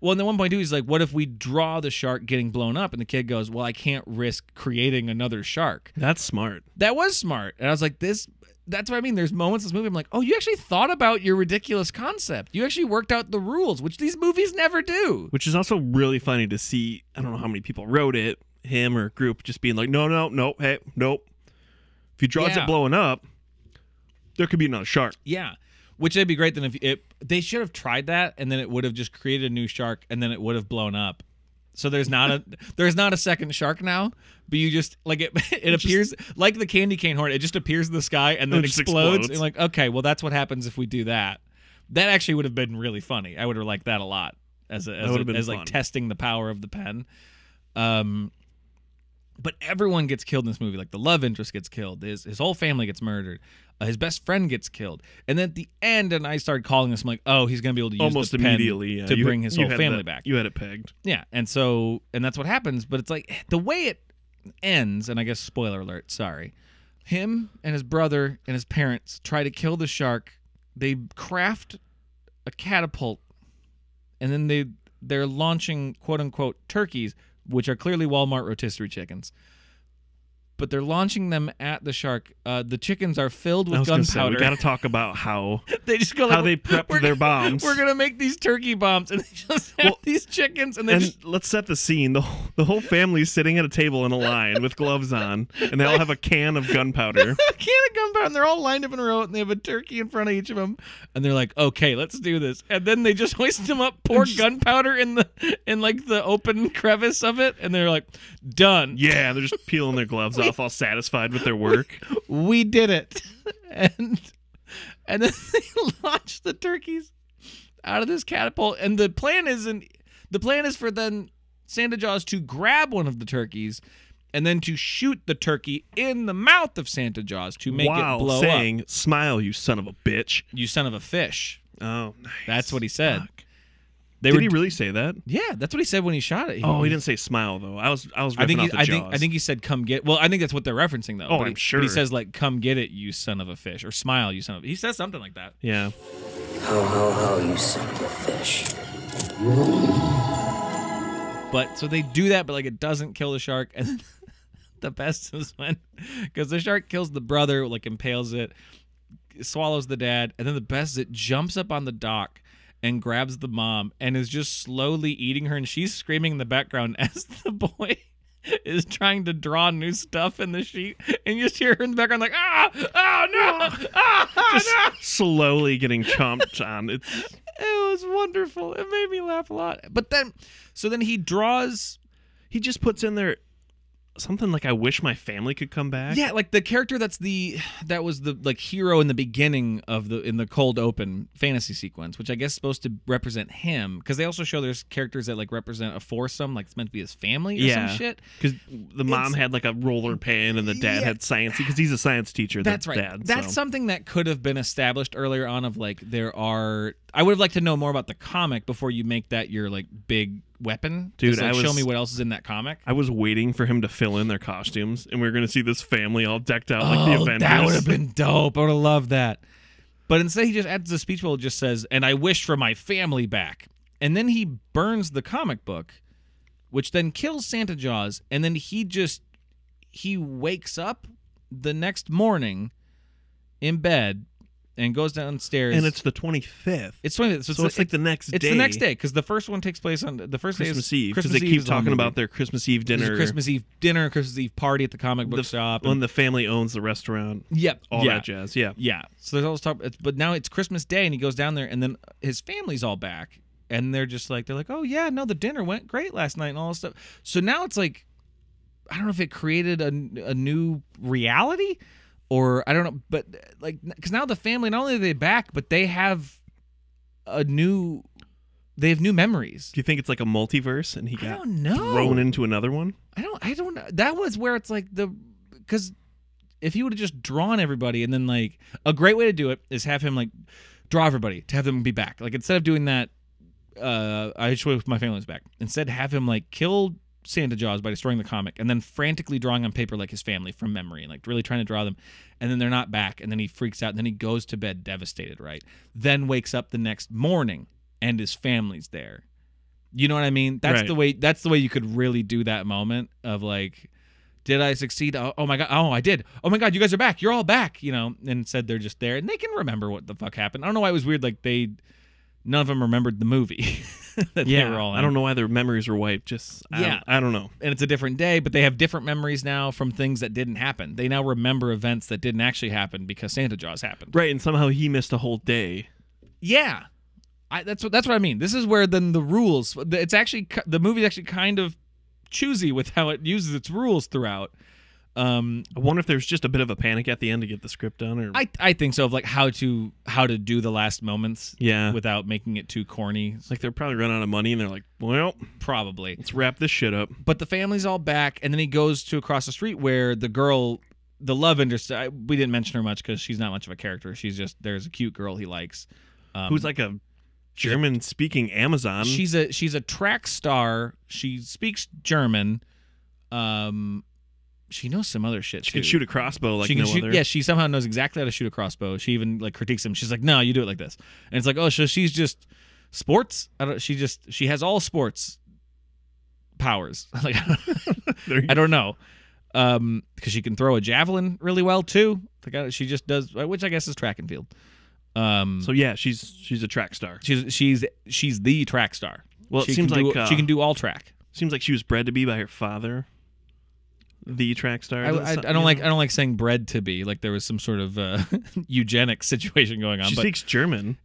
well, and then one point two, he's like, "What if we draw the shark getting blown up?" And the kid goes, "Well, I can't risk creating another shark." That's smart. that was smart. And I was like, this that's what I mean. There's moments in this movie I'm like, oh, you actually thought about your ridiculous concept. You actually worked out the rules, which these movies never do. Which is also really funny to see. I don't know how many people wrote it, him or a group, just being like, no, no, no, hey, nope. If you draw Yeah. it blowing up, there could be another shark. Yeah, which it'd be great then if it they should have tried that and then it would have just created a new shark and then it would have blown up. So there's not a there's not a second shark now, but you just like it it appears like the candy cane horn. It just appears in the sky and then It just explodes. explodes. And like okay, well that's what happens if we do that. That actually would have been really funny. I would have liked that a lot as a, as, would have a, been as fun. like testing the power of the pen. Um, but everyone gets killed in this movie. Like the love interest gets killed. His his whole family gets murdered. Uh, his best friend gets killed. And then at the end, and I started calling this. I'm like, oh, he's gonna be able to use Almost the pen immediately yeah. to You- bring his you whole had family that- back. You had it pegged. Yeah, and so and that's what happens. But it's like the way it ends, and I guess spoiler alert. Sorry, him and his brother and his parents try to kill the shark. They craft a catapult, and then they they're launching quote unquote turkeys, which are clearly Walmart rotisserie chickens. But they're launching them at the shark. Uh, the chickens are filled I with was gonna say, gunpowder. we got to talk about how they just go how like, they prepped "We're their gonna- bombs." We're gonna make these turkey bombs, and they just have Well, these chickens, and they just and let's set the scene. The whole, the whole family's sitting at a table in a line with gloves on, and they all have a can of gunpowder. a can of gunpowder, and they're all lined up in a row, and they have a turkey in front of each of them, and they're like, "Okay, let's do this." And then they just hoist them up, pour gunpowder in the in like the open crevice of it, and they're like, "Done, Yeah, they're just peeling their gloves off, all satisfied with their work. we did it." And and then they launch the turkeys out of this catapult, and the plan isn't the plan is for then Santa Jaws to grab one of the turkeys. And then to shoot the turkey in the mouth of Santa Jaws to make while it blow up. saying, "Smile, you son of a bitch." You son of a fish. Oh, nice. That's what he said. Fuck. They Did were, he really say that? yeah, that's what he said when he shot it. Oh, he didn't say smile though. I was I was riffing I think off he, the I Jaws. think I think he said come get. Well, I think that's what they're referencing though. Oh, but I'm he, sure. But he says like come get it, you son of a fish, or smile, you son of. a... He says something like that. yeah. Ho, ho, ho, you son of a fish. But so they do that, but like it doesn't kill the shark. And then the best is when because the shark kills the brother, like impales it, swallows the dad, and then the best is it jumps up on the dock and grabs the mom and is just slowly eating her, and she's screaming in the background as the boy. Is trying to draw new stuff in the sheet, and you just hear her in the background like, ah, oh no, ah, Just no. slowly getting chomped on. It's It was wonderful. It made me laugh a lot. But then, so then he draws he just puts in there something like I wish my family could come back. Yeah, like the character that's the that was the like hero in the beginning of the in the cold open fantasy sequence, which I guess is supposed to represent him because they also show there's characters that like represent a foursome, like it's meant to be his family or Yeah. some shit. Cuz the mom had like a roller pin and the dad Yeah. had science cuz he's a science teacher. the That's right. Dad, That's so. something that could have been established earlier on. Of like, there are. I would have liked to know more about the comic before you make that your like big weapon. Dude, Just, like, I was- show me what else is in that comic. I was waiting for him to fill in their costumes, and we were going to see this family all decked out like the Oh, Avengers. That would have been dope. I would have loved that. But instead, he just adds a speech bubble. Just says, "And I wish for my family back." And then he burns the comic book, which then kills Santa Jaws. And then he just he wakes up the next morning in bed and goes downstairs. and it's the 25th. it's twenty. So, so it's like the next it's day. the next day because the first one takes place on the first Christmas day. Eve. is- Because Christmas they Eve keep is the whole talking movie. about their Christmas Eve There's a dinner. Christmas Eve dinner, Christmas Eve party at the comic book the, shop. When and- the family owns the restaurant. yep, All yeah. that jazz. Yeah. Yeah. So there's all this talk, it's- but now it's Christmas Day, and he goes down there, and then his family's all back, and they're just like, they're like, oh yeah, no, the dinner went great last night, and all this stuff. So now it's like, I don't know if it created a, a new reality, or I don't know, but like, because now the family not only are they back, but they have a new, they have new memories. Do you think it's like a multiverse and he I got don't know. thrown into another one? I don't. I don't. know. That was where it's like the because if he would have just drawn everybody and then like a great way to do it is have him like draw everybody to have them be back. Like instead of doing that, uh, I just wish my family's back. Instead, have him like kill Santa Jaws by destroying the comic and then frantically drawing on paper like his family from memory and like really trying to draw them, and then they're not back and then he freaks out and then he goes to bed devastated. Right, then wakes up the next morning and his family's there. You know what I mean? That's Right. the way. That's the way you could really do that moment of like Did I succeed? Oh, oh my god! Oh, I did! Oh my god! You guys are back! You're all back! You know, and said they're just there, and they can remember what the fuck happened. I don't know why it was weird. Like they, none of them remembered the movie. that they were all I in. don't know why their memories were wiped. Just I Yeah. don't, I don't know. and it's a different day, but they have different memories now from things that didn't happen. They now remember events that didn't actually happen because Santa Jaws happened. Right, and somehow he missed a whole day. Yeah. I, that's what that's what I mean. This is where then the rules. It's actually ki- the movie's actually kind of choosy with how it uses its rules throughout. Um, I wonder if there's just a bit of a panic at the end to get the script done, or I I think so of like how to how to do the last moments. Yeah. without making it too corny, like they're probably running out of money, and they're like, "Well, probably. let's wrap this shit up." But the family's all back, and then he goes to across the street where the girl, the love interest. I, we didn't mention her much because she's not much of a character. She's just there's a cute girl he likes. Um, Who's like a German-speaking Amazon? she's a she's a track star. She speaks German. Um, she knows some other shit. she can too. shoot a crossbow like she can no shoot. other. Yeah, she somehow knows exactly how to shoot a crossbow. She even like critiques him. She's like, "No, you do it like this," and it's like, "Oh, so she's just sports." I don't. She just she has all sports powers. like There you- I don't know, um, because she can throw a javelin really well too. Like I- she just does, uh, which I guess is track and field. Um, so yeah, she's she's a track star. she's she's she's the track star. Well, it she seems can do, like, uh, she can do all track. Seems like she was bred to be by her father, the track I, star. I, I Doesn't sound- don't like I don't like saying bred to be like there was some sort of uh, eugenic situation going on. She but speaks German.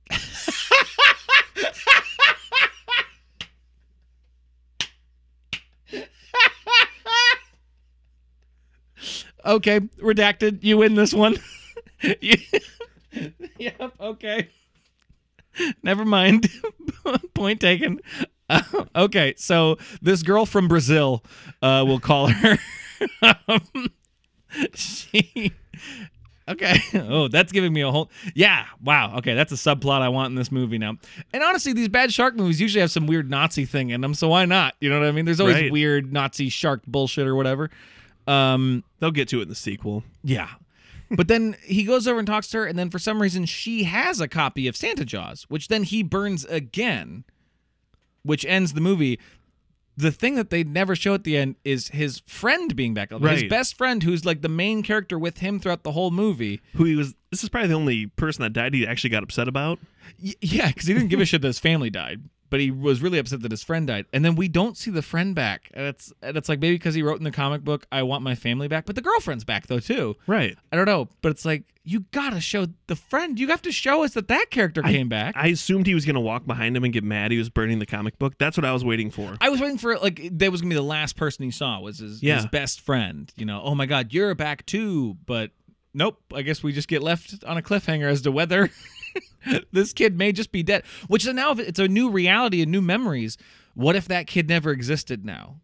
okay, redacted. You win this one. You- yep. Okay. Never mind. Point taken. Uh, okay, so this girl from Brazil, uh, we'll call her. um, she. Okay. Oh, that's giving me a whole. Yeah. Wow. Okay, that's a subplot I want in this movie now. And honestly, these bad shark movies usually have some weird Nazi thing in them, so why not? You know what I mean? There's always Right. weird Nazi shark bullshit or whatever. Um, They'll get to it in the sequel. yeah. But then he goes over and talks to her, and then for some reason she has a copy of Santa Jaws, which then he burns again, which ends the movie. The thing that they never show at the end is his friend being back. His Right. best friend, who's like the main character with him throughout the whole movie. Who he was? This is probably the only person that died. He actually got upset about. Y- yeah, because he didn't give a shit that his family died, but he was really upset that his friend died. And then we don't see the friend back. And it's, and it's like maybe because he wrote in the comic book, I want my family back, but the girlfriend's back, though, too. Right. I don't know, but it's like you gotta show the friend. You have to show us that that character came back. I, I assumed he was going to walk behind him and get mad. He was burning the comic book. That's what I was waiting for. was waiting for like that was gonna be the last person he saw was his, Yeah. his best friend. You know, oh my god, you're back too. But nope, I guess we just get left on a cliffhanger as to whether this kid may just be dead. Which is now it's a new reality and new memories. What if that kid never existed? Now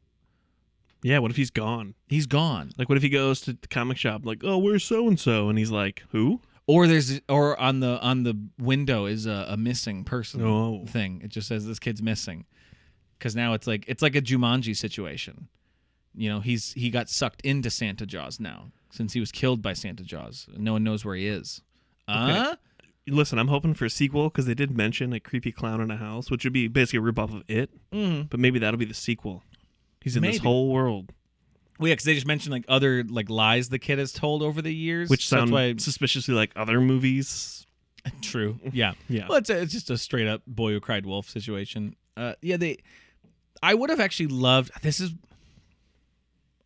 Yeah, what if he's gone? he's gone. Like, what if he goes to the comic shop, like, oh, where's so and so? And he's like, who? Or there's or on the on the window is a, a missing person Oh. thing. It just says this kid's missing. Cause now it's like it's like a Jumanji situation. You know, he's he got sucked into Santa Jaws now since he was killed by Santa Jaws. No one knows where he is. Uh Listen, I'm hoping for a sequel because they did mention a creepy clown in a house, which would be basically a ripoff of it. Mm. But maybe that'll be the sequel. He's in Mm-hmm. Maybe. this whole world, well, yeah, because they just mentioned like other like lies the kid has told over the years, which So sounds that's suspiciously like other movies. why true. Yeah, Yeah. Well, it's a, it's just a straight up boy who cried wolf situation. Uh, yeah, they. I would have actually loved this is.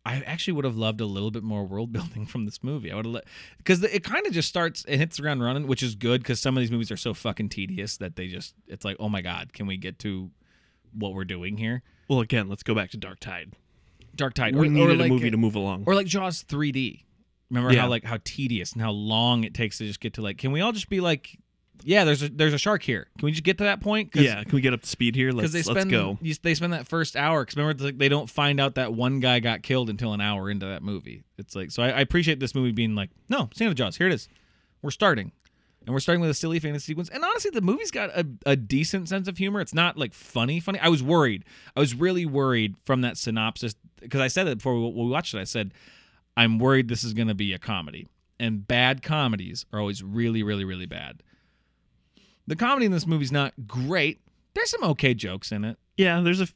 I actually would have loved a little bit more world building from this movie. I would have because it kind of just starts and hits the ground running, which is good because some of these movies are so fucking tedious that they just it's like, oh my god, can we get to what we're doing here? Well, again, let's go back to Dark Tide. Dark Tide, We or, needed or like, a movie to move along. or like Jaws 3D. Remember Yeah. how like how tedious and how long it takes to just get to like, can we all just be like, yeah, there's a there's a shark here. Can we just get to that point? 'Cause yeah, can we get up to speed here? because Let's, they spend let's go. you- they spend that first hour because remember it's like they don't find out that one guy got killed until an hour into that movie. It's like so I, I appreciate this movie being like no Santa Jaws here it is we're starting and we're starting with a silly fantasy sequence and honestly the movie's got a, a decent sense of humor. It's not like funny funny. I was worried I was really worried from that synopsis because I said it before we, we watched it. I said I'm worried this is going to be a comedy and bad comedies are always really really really bad. The comedy in this movie's not great. There's some okay jokes in it. Yeah, there's a f-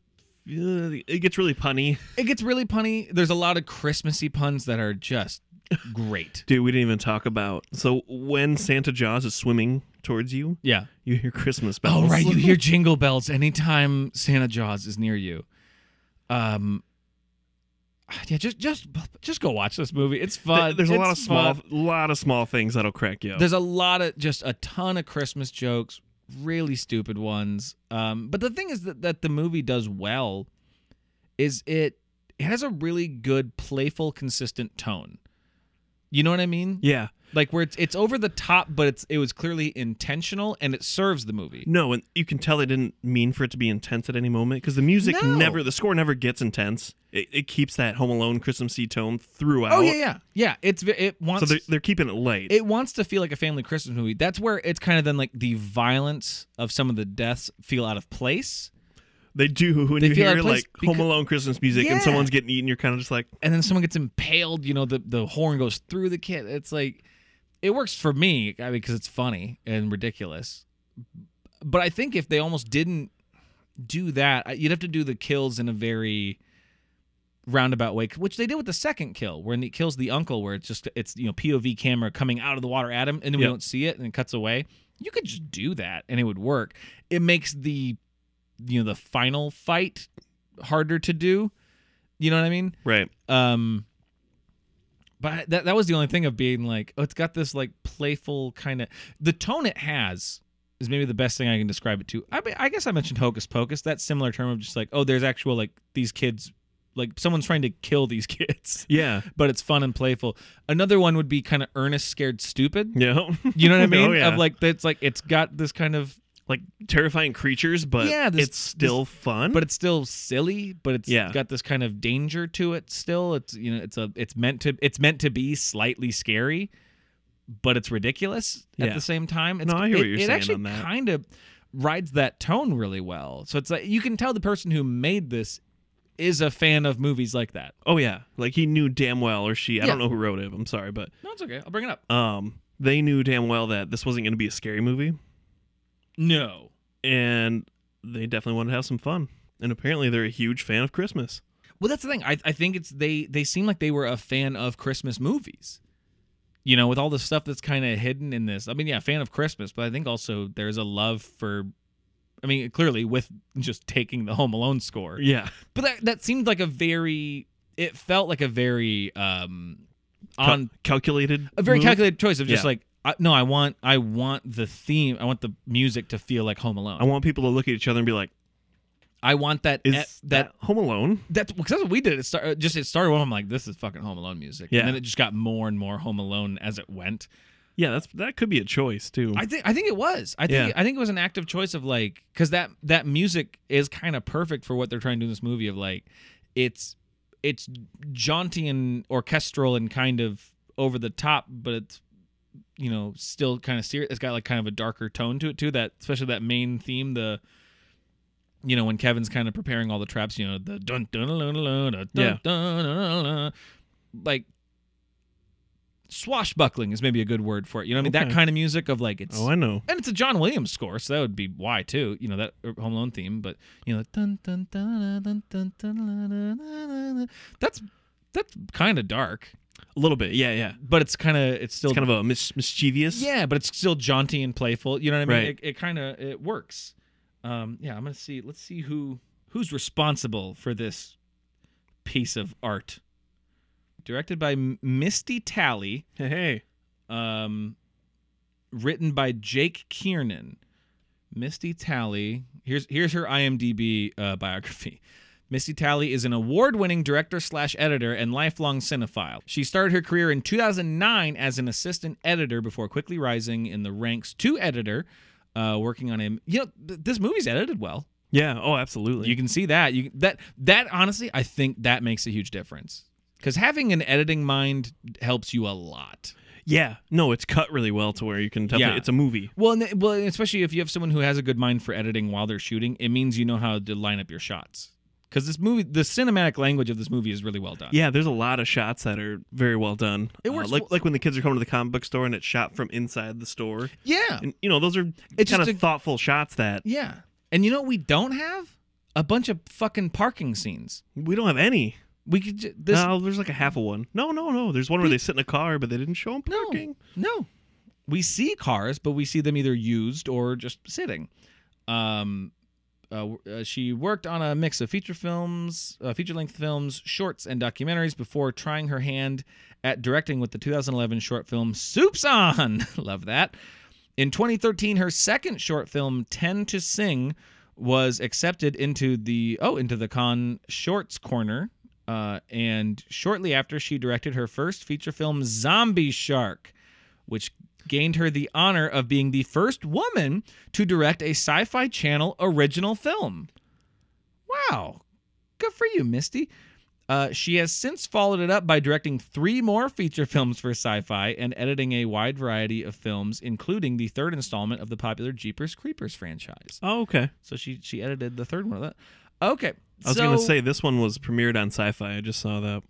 uh, it gets really punny. It gets really punny. There's a lot of Christmassy puns that are just great. Dude, we didn't even talk about. So when Santa Jaws is swimming towards you, Yeah. you hear Christmas bells. Oh right, you hear jingle bells anytime Santa Jaws is near you. Um yeah, just just just go watch this movie. It's Th- fun. There's a lot of It's small, fun. lot of small things that'll crack you. up. There's a lot of just a ton of Christmas jokes, really stupid ones. Um, but the thing is that, that the movie does well is it it has a really good, playful, consistent tone. You know what I mean? yeah. Like where it's it's over the top, but it's it was clearly intentional and it serves the movie. No, and you can tell they didn't mean for it to be intense at any moment because the music No. never, the score never gets intense. It, it keeps that Home Alone Christmassy tone throughout. Oh yeah, yeah, yeah. It's ve- it wants So they're, they're keeping it light. it wants to feel like a family Christmas movie. That's where it's kind of then like the violence of some of the deaths feel out of place, they do when They you feel out hear of place like Home becau- Alone Christmas music Yeah. and someone's getting eaten, you're kind of just like, and then someone gets impaled. You know, the the horn goes through the kid. It's like it works for me I mean, because it's funny and ridiculous. But I think if they almost didn't do that, I- you'd have to do the kills in a very roundabout way, which they did with the second kill, where he kills the uncle, where it's just it's you know POV camera coming out of the water at him, and then we Yep. don't see it, and it cuts away. You could just do that, and it would work. It makes the you know the final fight harder to do. You know what I mean? right. Um, but I- that that was the only thing of being like, oh, it's got this like playful kind of the tone it has is maybe the best thing I can describe it to. I mean, I guess I mentioned hocus pocus, that similar term of just like, oh, there's actual like these kids, like someone's trying to kill these kids, Yeah. but it's fun and playful. Another one would be kind of earnest, scared, stupid. Yeah. You know what I Oh, mean? yeah. Of like that's like it's got this kind of, like terrifying creatures, but Yeah, this- it's still fun. but it's still silly, but it's Mm-hmm. Yeah. got this kind of danger to it. Still, it's you know, it's a it's meant to it's meant to be slightly scary. but it's ridiculous at Yeah. the same time. It's, No, I hear it, what you're it saying actually on that. kind of rides that tone really well. So it's like you can tell the person who made this is a fan of movies like that. oh yeah, like he knew damn well, or she. I don't Yeah. know who wrote it. I'm sorry, but No, it's okay. I'll bring it up. um, they knew damn well that this wasn't going to be a scary movie, No. and they definitely wanted to have some fun. And apparently, they're a huge fan of Christmas. Well, that's the thing. I, I think it's they they seem like they were a fan of Christmas movies. You know, with all the stuff that's kind of hidden in this. I mean, yeah, fan of Christmas, but I think also there's a love for. I mean, clearly with just taking the Home Alone score. Yeah, But that that seemed like a very it felt like a very um Cal- on calculated, a very move. calculated choice of just Yeah. like I, no, I want I want the theme, I want the music to feel like Home Alone. I I want, want people to look at each other and be like, that "Is eh, that that, Home Alone?" that's because that's what we did. It start, uh, just it started off. I'm like, this is fucking Home Alone music, Yeah. and then it just got more and more Home Alone as it went. Yeah, that's that could be a choice too. I think I think it was. I think Yeah. I think it was an active choice of like because that that music is kind of perfect for what they're trying to do in this movie of like it's it's jaunty and orchestral and kind of over the top, but it's you know still kind of serious. It's got like kind of a darker tone to it too. That especially that main theme the. You know when Kevin's kind of preparing all the traps, you know the dun dun dun dun dun dun Yeah. dun dun, dun like swashbuckling is maybe a good word for it. You know what I mean? That Okay. kind of music of like it's oh, I know. and it's a John Williams score, so that would be why too. You know that or Home Alone theme, but you know dun dun dun dun dun dun dun dun dun dun. that's that's kind of dark, A little bit. Yeah, yeah. but it's kind of it's still It's kind of a mis- mischievous. yeah, but it's still jaunty and playful. You know what I mean? Right. It, it kind of it works. Um, yeah, I'm gonna see. Let's see who who's responsible for this piece of art. Directed by M- Misty Talley, Hey, hey. um, written by Jake Kiernan. Misty Talley. Here's here's her IMDb uh, biography. Misty Talley is an award-winning director slash editor and lifelong cinephile. She started her career in 2009 as an assistant editor before quickly rising in the ranks to editor, uh, working on him. You know, th- this movie's edited well. Yeah. Oh, absolutely. You can see that. You that that honestly, I think that makes a huge difference because having an editing mind helps you a lot. yeah. No, it's cut really well to where you can definitely. Yeah. It's a movie. Well, and well, and especially if you have someone who has a good mind for editing while they're shooting, it means you know how to line up your shots. Because this movie, the cinematic language of this movie is really well done. Yeah, there's a lot of shots that are very well done. Uh, It works like well- like when the kids are coming to the comic book store and it's shot from inside the store. yeah, And you know, those are It's kind of just a- thoughtful shots that yeah. And you know what we don't have a bunch of fucking parking scenes. We don't have any. We could ju- this no, there's like a half of one. No, no, no. There's one where they sit in a car, but they didn't show them no, parking. no. We see cars, but we see them either used or just sitting. Um, uh, w- uh, she worked on a mix of feature films, uh, feature-length films, shorts, and documentaries before trying her hand at directing with the 2011 short film "Soups On." Love that. In 2013, her second short film, 10 to Sing, was accepted into the oh into the con shorts corner. Uh, and shortly after, she directed her first feature film, Zombie Shark, which gained her the honor of being the first woman to direct a Sci-Fi Channel original film. Wow, good for you, Misty. Uh, she has since followed it up by directing three more feature films for sci fi and editing a wide variety of films, including the third installment of the popular Jeepers Creepers franchise. Oh, okay. So she she edited the third one of that. Okay. I was so gonna say this one was premiered on Sci-Fi. I just saw that.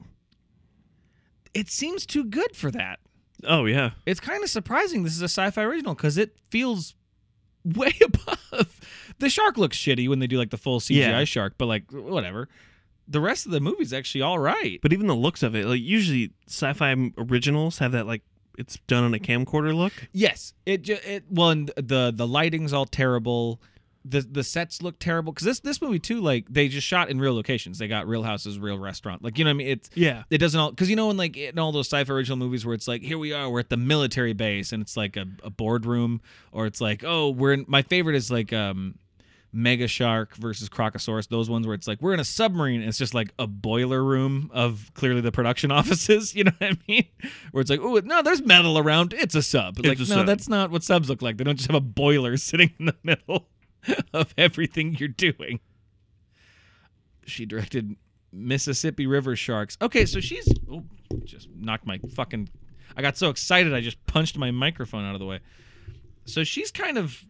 it seems too good for that. Oh yeah. It's kind of surprising this is a sci fi original because it feels way above. The shark looks shitty when they do like the full CGI Yeah. shark, but like whatever. The rest of the movie's actually all right. But even the looks of it, like usually sci-fi m- originals have that like it's done on a camcorder look. Yes, it ju- it well and the the lighting's all terrible. The the sets look terrible because this this movie too like they just shot in real locations. They got real houses, real restaurant. Like you know what I mean? It's Yeah. it doesn't all because you know in like in all those sci-fi original movies where it's like here we are we're at the military base and it's like a, a boardroom or it's like oh we're in my favorite is like um mega shark versus crocosaurus those ones where it's like we're in a submarine and it's just like a boiler room of clearly the production offices you know what i mean where it's like oh no there's metal around it's a sub like a no sub. that's not what subs look like they don't just have a boiler sitting in the middle of everything you're doing she directed Mississippi River Sharks. Okay, so she's oh, just knocked my fucking. I got so excited I just punched my microphone out of the way. So she's kind of,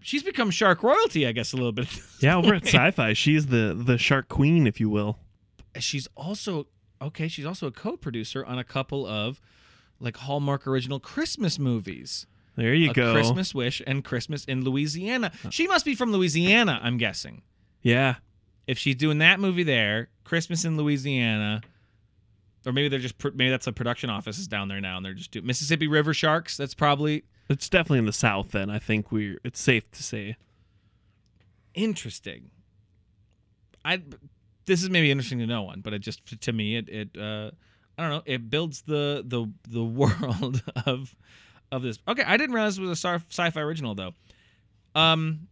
she's become shark royalty, I guess, a little bit. Yeah, over at Sci-Fi, she's the the shark queen, if you will. she's also okay. She's also a co-producer on a couple of, like Hallmark original Christmas movies. There you a go. Christmas Wish and Christmas in Louisiana. She must be from Louisiana, I'm guessing. Yeah. if she's doing that movie there, Christmas in Louisiana, or maybe they're just pr- maybe that's a production office is down there now, and they're just doing Mississippi River Sharks. That's probably It's definitely in the South. Then I think we're. It's safe to say. interesting. I this is maybe interesting to no one, but it just to me it it uh, I don't know it builds the the the world of of this. Okay, I didn't realize it was a sci- sci-fi original though. Um,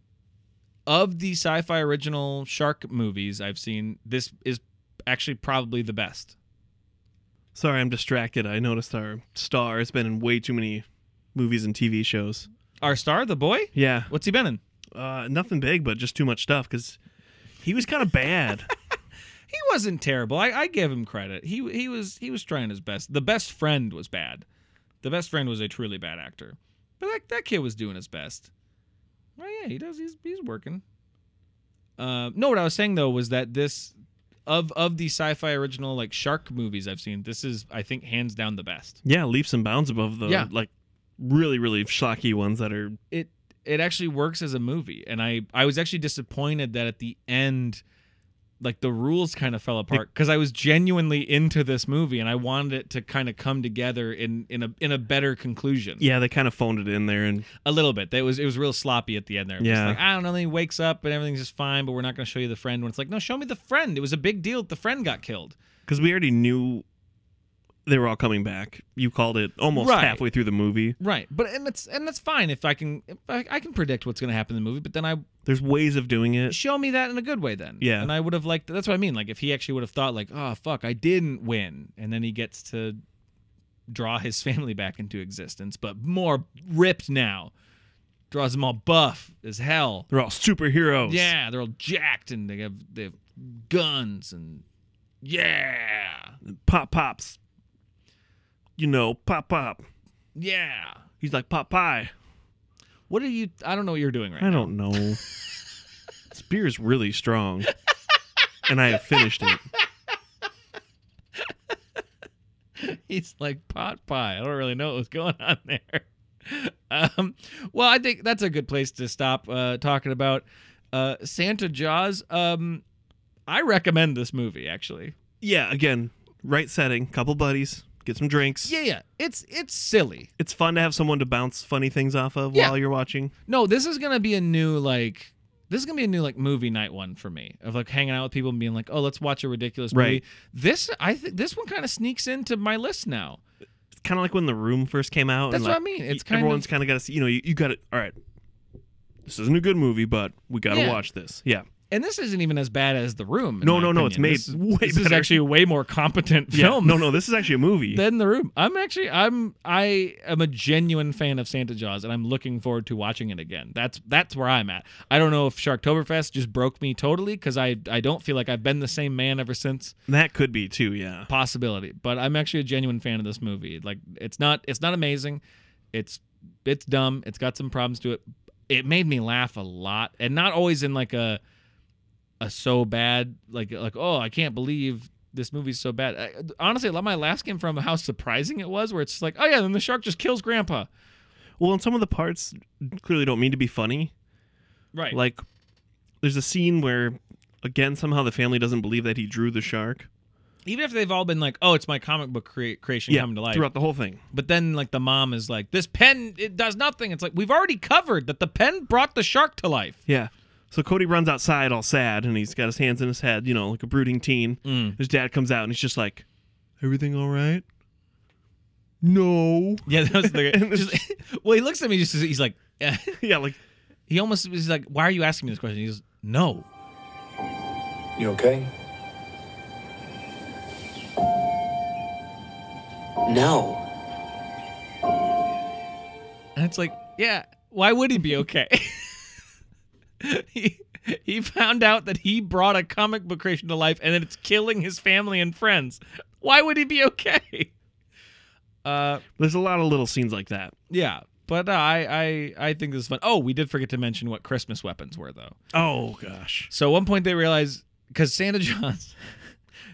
of the sci-fi original shark movies I've seen, this is actually probably the best. Sorry, I'm distracted. I noticed our star has been in way too many movies and TV shows. Our star, the boy. Yeah. What's he been in? Uh, nothing big, but just too much stuff because he was kind of bad. He wasn't terrible. I, I give him credit. He he was he was trying his best. The best friend was bad. The best friend was a truly bad actor. But that that kid was doing his best. Well, yeah, he does. He's he's working. Uh, no, what I was saying though was that this of of the sci-fi original like shark movies I've seen, this is I think hands down the best. yeah, leaps and bounds above the Yeah. like really really schlocky ones that are it it actually works as a movie and i i was actually disappointed that at the end like the rules kind of fell apart because i was genuinely into this movie and i wanted it to kind of come together in in a in a better conclusion Yeah, they kind of phoned it in there, and a little bit it was it was real sloppy at the end there It was Yeah. like, i don't know then he wakes up and everything's just fine but we're not going to show you the friend when it's like no show me the friend it was a big deal that the friend got killed because we already knew they were all coming back. You called it almost Right. halfway through the movie. right but and that's and that's fine if i can if i, I can predict what's going to happen in the movie but then i There's ways of doing it. show me that in a good way then. Uh, Yeah. And I would have liked that's what I mean. Like if he actually would have thought like, oh fuck, I didn't win. And then he gets to draw his family back into existence, but more ripped now. Draws them all buff as hell. They're all superheroes. Yeah, they're all jacked and they have they have guns and yeah. pop pops. You know, pop pop. Yeah. He's like pop pie. What are you I don't know what you're doing right I now. don't know. this beer is really strong, and I have finished it. He's like pot pie. I don't really know what was going on there. Um, well, I think that's a good place to stop uh, talking about Uh, Santa Jaws. Um, I recommend this movie actually. Yeah, again, right setting, couple buddies, get some drinks. Yeah, yeah. It's it's silly. It's fun to have someone to bounce funny things off of Yeah. while you're watching. No, this is gonna be a new like. This is gonna be a new like movie night one for me of like hanging out with people and being like, oh, let's watch a ridiculous movie. Right. This I think this one kind of sneaks into my list now. It's kind of like when the room first came out. That's and what like, I mean. y- It's kind everyone's of- kind of got to see. You know, you, you got to. All right, this isn't a good movie, but we got to Yeah. watch this. Yeah, And this isn't even as bad as the room. in No, my no, no, it's opinion. made this, is- way This is better. actually a way more competent yeah. film. No, no, this is actually a movie. than the room. I'm actually I'm I am a genuine fan of Santa Jaws and I'm looking forward to watching it again. That's that's where I'm at. I don't know if Sharktoberfest just broke me totally cuz I I don't feel like I've been the same man ever since that could be too. Yeah, possibility, but I'm actually a genuine fan of this movie. Like it's not it's not amazing. It's it's dumb. It's got some problems to it. It made me laugh a lot and not always in like a a so bad like like oh I can't believe this movie's so bad. I, honestly, a lot of my laughs came from how surprising it was. Where it's just like oh yeah, then the shark just kills Grandpa. Well, and some of the parts clearly don't mean to be funny. Right. Like, there's a scene where, again, somehow the family doesn't believe that he drew the shark. even if they've all been like oh it's my comic book crea- creation coming to life. throughout the whole thing. But then like the mom is like this pen it does nothing. It's like we've already covered that the pen brought the shark to life. Yeah. So Cody runs outside all sad, and he's got his hands in his head, you know, like a brooding teen. Mm. His dad comes out, and he's just like, "Everything all right?" No. Yeah, that was the just, well. He looks at me. Just he's like, eh. Yeah, like he almost was like, "Why are you asking me this question?" He goes, "No." You okay? No. And it's like, yeah. Why would he be okay? he he found out that he brought a comic book creation to life, and that it's killing his family and friends. Why would he be okay? Uh, there's a lot of little scenes like that. yeah. But uh, I, I I think this is fun. Oh, we did forget to mention what Christmas weapons were, though. Oh gosh. So at one point they realize because Santa Jaws,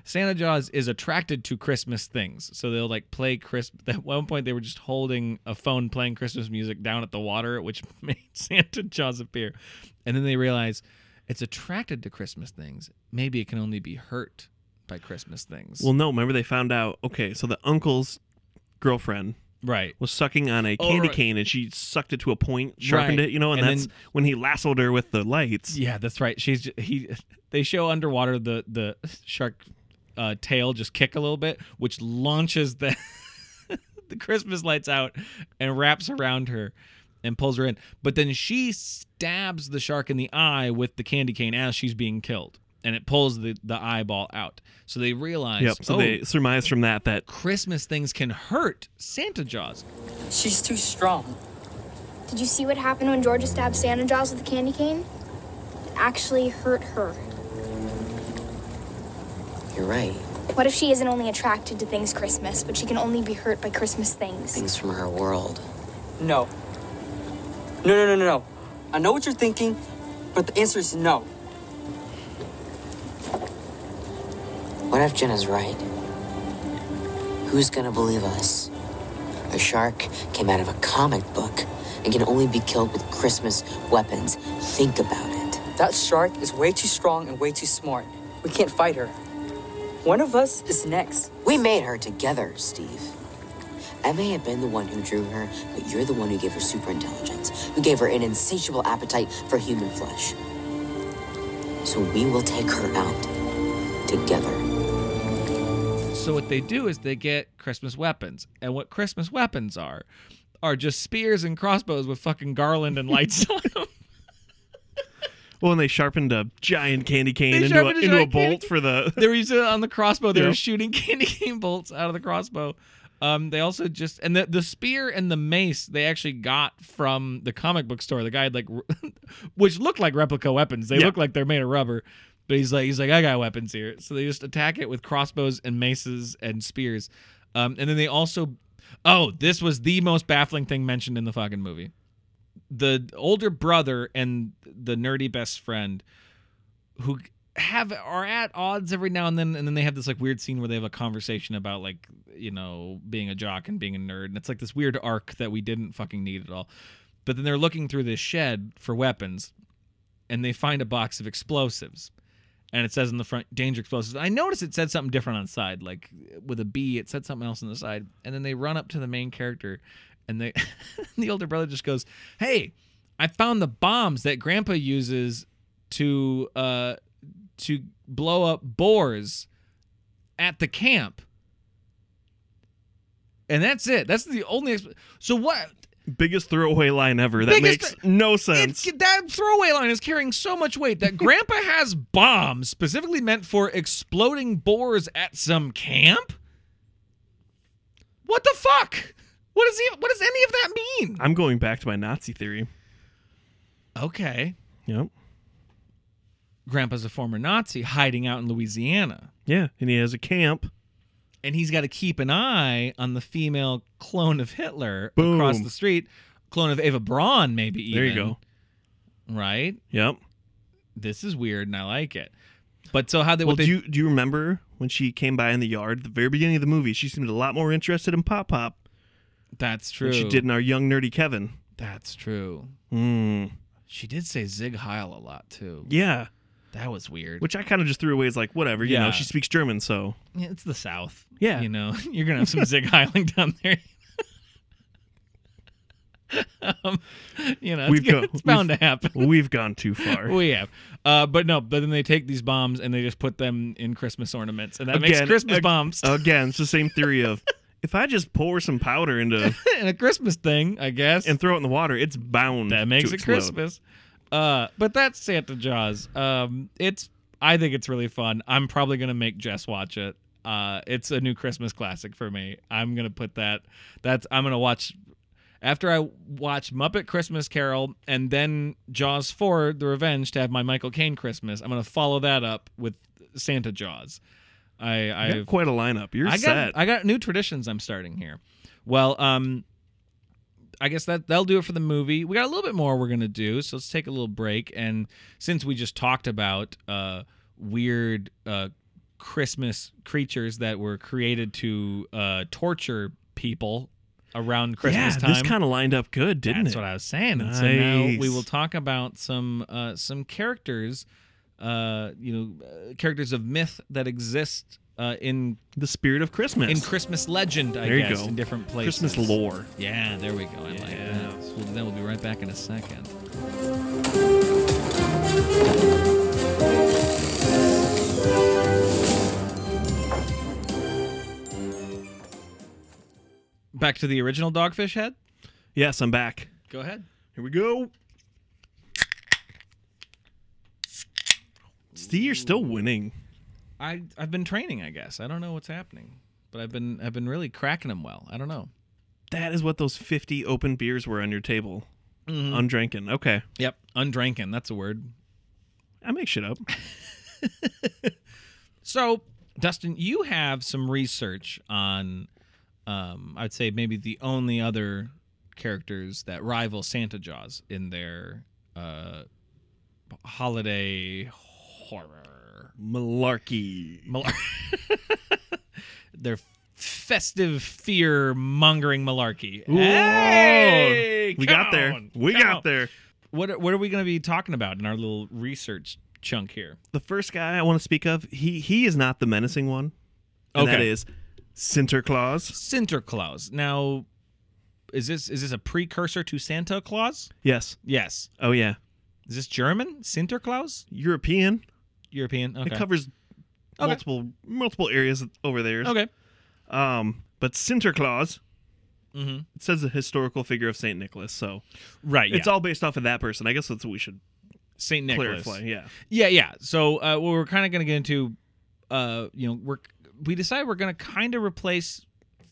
Santa Jaws is attracted to Christmas things. So they'll like play Christmas. At one point they were just holding a phone playing Christmas music down at the water, which made Santa Jaws appear. And then they realize it's attracted to Christmas things. Maybe it can only be hurt by Christmas things. Well, no. Remember they found out. Okay, so the uncle's girlfriend right. was sucking on a Oh, candy right. cane, and she sucked it to a point, sharpened Right. it, you know, and, And that's then- when he lassoed her with the lights. Yeah, that's right. She's ju- he. They show underwater the the shark uh, tail just kick a little bit, which launches the the Christmas lights out and wraps around her and pulls her in. But then she stabs the shark in the eye with the candy cane as she's being killed, and it pulls the the eyeball out. So they realize, Yep. So oh, they surmise from that that Christmas things can hurt Santa Jaws. She's too strong. Did you see what happened when Georgia stabbed Santa Jaws with a candy cane? It actually hurt her. You're right. What if she isn't only attracted to things Christmas, but she can only be hurt by Christmas things? Things from our world. No. No, no, no, no, no. I know what you're thinking, but the answer is no. What if Jenna's right? Who's gonna believe us? A shark came out of a comic book and can only be killed with Christmas weapons. Think about it. That shark is way too strong and way too smart. We can't fight her. One of us is next. We made her together, Steve. I may have been the one who drew her, but you're the one who gave her super intelligence, who gave her an insatiable appetite for human flesh. So we will take her out together. So what they do is they get Christmas weapons, and what Christmas weapons are are just spears and crossbows with fucking garland and lights on them. well, oh, and they sharpened a giant candy cane They into a, sharpened a into a giant candy bolt for the They were using it on the crossbow. They Yeah. were shooting candy cane bolts out of the crossbow. Um, they also just and the the spear and the mace they actually got from the comic book store. The guy had like, which looked like replica weapons. They Yeah. look like they're made of rubber, but he's like he's like I got weapons here. So they just attack it with crossbows and maces and spears, um, and then they also. Oh, this was the most baffling thing mentioned in the fucking movie. The older brother and the nerdy best friend who have are at odds every now and then and then they have this like weird scene where they have a conversation about like you know being a jock and being a nerd and it's like this weird arc that we didn't fucking need at all but then they're looking through this shed for weapons and they find a box of explosives. And it says on the front, danger explosives. I noticed it said something different on the side, like with a B, it said something else on the side. And then they run up to the main character, and they, the older brother just goes, Hey, I found the bombs that grandpa uses to, uh, to blow up boars at the camp. And that's it. That's the only. Exp- so what? Biggest throwaway line ever. That Biggest makes thro- no It's, sense. that throwaway line is carrying so much weight that Grandpa has bombs specifically meant for exploding boars at some camp. What the fuck? What does he? What does any of that mean? I'm going back to my Nazi theory. Okay, Yep. Grandpa's a former Nazi hiding out in Louisiana, Yeah. And he has a camp. and he's got to keep an eye on the female clone of Hitler Boom. across the street, clone of Eva Braun, maybe. Even, There you go. Right. Yep. This is weird, and I like it. But so how they? Well, what they do you do you remember when she came by in the yard at the very beginning of the movie? She seemed a lot more interested in Pop Pop that's true. than she did in our young nerdy Kevin. That's true. Hmm. She did say Zig Heil a lot too. Yeah. That was weird. Which I kind of just threw away as like whatever. You Yeah. know, she speaks German, so Yeah, it's the South. Yeah. You know, you're going to have some Zig Heiling down there. um, you know, it's, We've gonna- got- it's bound to we've- happen. we've gone too far. We have. Uh, but no, but then they take these bombs and they just put them in Christmas ornaments. And that makes Again, Christmas ag- uh, bombs Again, it's the same theory of if I just pour some powder into and a Christmas thing, I guess. and throw it in the water, it's bound. that makes to it explode. Christmas. Uh, but that's Santa Jaws. Um, it's I think it's really fun. I'm probably gonna make Jess watch it. Uh, it's a new Christmas classic for me. I'm gonna put that. That's I'm gonna watch after I watch Muppet Christmas Carol and then Jaws 4: The Revenge to have my Michael Caine Christmas. I'm gonna follow that up with Santa Jaws. I You got I've, quite a lineup. You're I got set. I got new traditions I'm starting here. Well, um I guess that that'll do it for the movie. We got a little bit more we're gonna do, so let's take a little break. And since we just talked about uh, weird uh, Christmas creatures that were created to uh, torture people around yeah, Christmas time, this kind of lined up good, didn't that's it? what I was saying. And So now we Nice. will talk about some uh, some characters, uh, you know, uh, characters of myth that exist uh, in the spirit of Christmas. in Christmas legend, I There you guess, go. in different places. Christmas lore. Yeah, there we go. I like Yeah. that. So then we'll be right back in a second. Back to the original dogfish head. Yes, I'm back. Go ahead. Here we go. See, you're still winning. I I've been training, I guess. I don't know what's happening, but I've been I've been really cracking them well. I don't know. That is what those 50 open beers were on your table. Mm-hmm. Undrinking. Okay. Yep, undrinking. That's a word. I make shit up. So, Dustin, you have some research on, um, I'd say maybe the only other characters that rival Santa Jaws in their uh, holiday horror, Malarkey. Mal- their festive fear mongering malarkey. Hey, we come got there. on, We come got on. there. What are- what are we going to be talking about in our little research chunk here? The first guy I want to speak of, he he is not the menacing one. And that Okay. is Sinterklaas. Sinterklaas. Now, is this is this a precursor to Santa Claus? Yes. Yes. Oh yeah. Is this German? Sinterklaas? European. European. Okay. It covers Okay. multiple multiple areas over there. okay. Um, but Sinterklaas Mhm. it says a historical figure of Saint Nicholas, so Right. it's all based off of that person. I guess that's what we should Saint Nicholas. clarify. Yeah. Yeah, yeah. So uh, what we're kind of going to get into, uh, you know, we're we decide we're going to kind of replace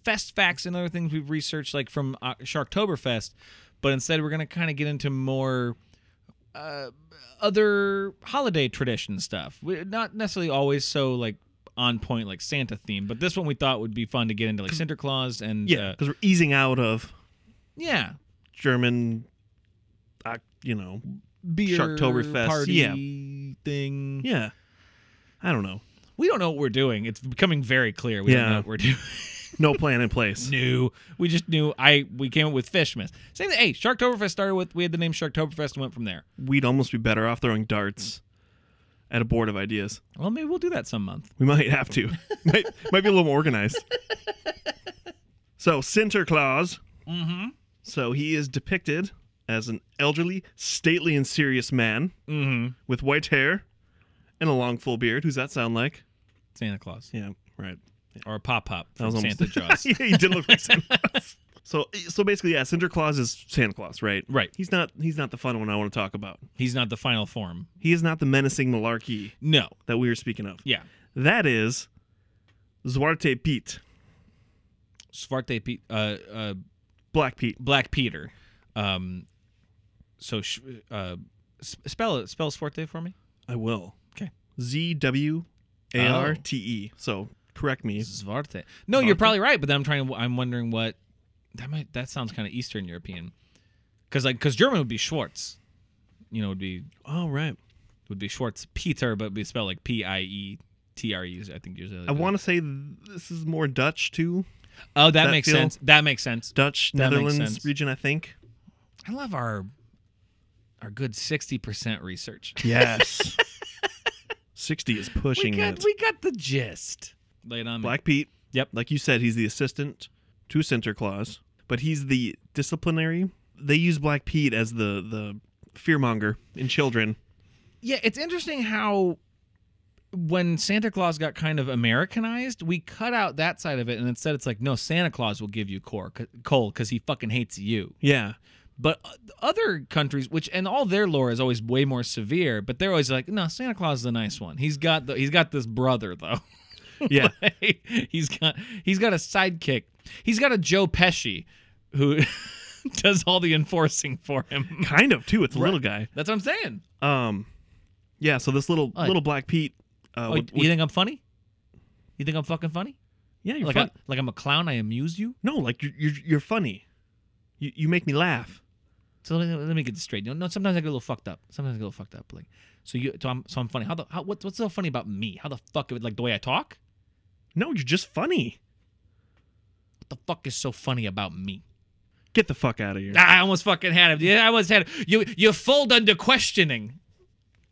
fest facts and other things we've researched, like from uh, Sharktoberfest, but instead we're going to kind of get into more uh, other holiday tradition stuff. We, not necessarily always so like on point like Santa theme, but this one we thought would be fun to get into, like Santa Claus and Yeah, uh, because we're easing out of yeah, German, uh, you know, beer Sharktoberfest, party thing. yeah. I don't know. We don't know what we're doing. It's becoming very clear. We don't Yeah. know what we're doing. no plan in place. knew. We just knew. I we came up with Fishmas. Same thing. Hey, Sharktoberfest started with we had the name Sharktoberfest and went from there. We'd almost be better off throwing darts at a board of ideas. Well, maybe we'll do that some month. We might have to. might might be a little more organized. so Sinterklaas. Mm-hmm. So he is depicted as an elderly, stately, and serious man Mm-hmm. with white hair and a long, full beard. Who's that sound like? Santa Claus Yeah, right. or a pop pop That from Santa Claus. yeah, he did look like Santa Claus. So, so basically, yeah, Santa Claus is Santa Claus, right? Right. He's not. He's not the fun one I want to talk about. He's not the final form. He is not the menacing malarkey No. that we were speaking of. Yeah. That is Zwarte Piet, Svarte Pe- uh, uh, Black Pete. Black Peter. Um, so sh- uh, s- spell it. Spell Svarte for me. I will. Okay. Z W A R T E. So correct me. Svarte. No, you're probably right, but then I'm trying. to- I'm wondering what that might. That sounds kind of Eastern European, because like because German would be Schwartz. You know, would be All right. would be Schwartz Peter, but be spelled like P I E T R E. I think usually. I want to say th- this is more Dutch too. Oh, that, that makes feel- sense. That makes sense. Dutch That makes Netherlands sense. region, I think. I love our our good sixty percent research. Yes. Sixty is pushing it. we got the gist. Lay it on me. Black Pete. Yep. Like you said, he's the assistant to Santa Claus, but he's the disciplinary. They use Black Pete as the the fearmonger in children. Yeah, it's interesting how when Santa Claus got kind of Americanized, we cut out that side of it, and instead it's like, no, Santa Claus will give you cor- coal because he fucking hates you. Yeah. But o- other countries, which and all their lore is always way more severe, but they're always like, no, Santa Claus is the nice one. He's got the he's got this brother though. Yeah. he's got he's got a sidekick. He's got a Joe Pesci who does all the enforcing for him. kind of too. It's a little guy. That's what I'm saying. Um, yeah. So this little Oh, little Black Pete. Uh, Oh, would- you would- think I'm funny? You think I'm fucking funny? yeah, you're like fun. I, like I'm a clown. I amuse you. no, like you're you're, you're funny. You, you make me laugh. So let me, let me get this straight. You know, no, sometimes I get a little fucked up. Sometimes I get a little fucked up. Like, so you, so I'm, so I'm funny. How the, how, what, what's so funny about me? How the fuck, like the way I talk? No, you're just funny. What the fuck is so funny about me? Get the fuck out of here. I almost fucking had him. Yeah, I almost had him. You, you fold under questioning.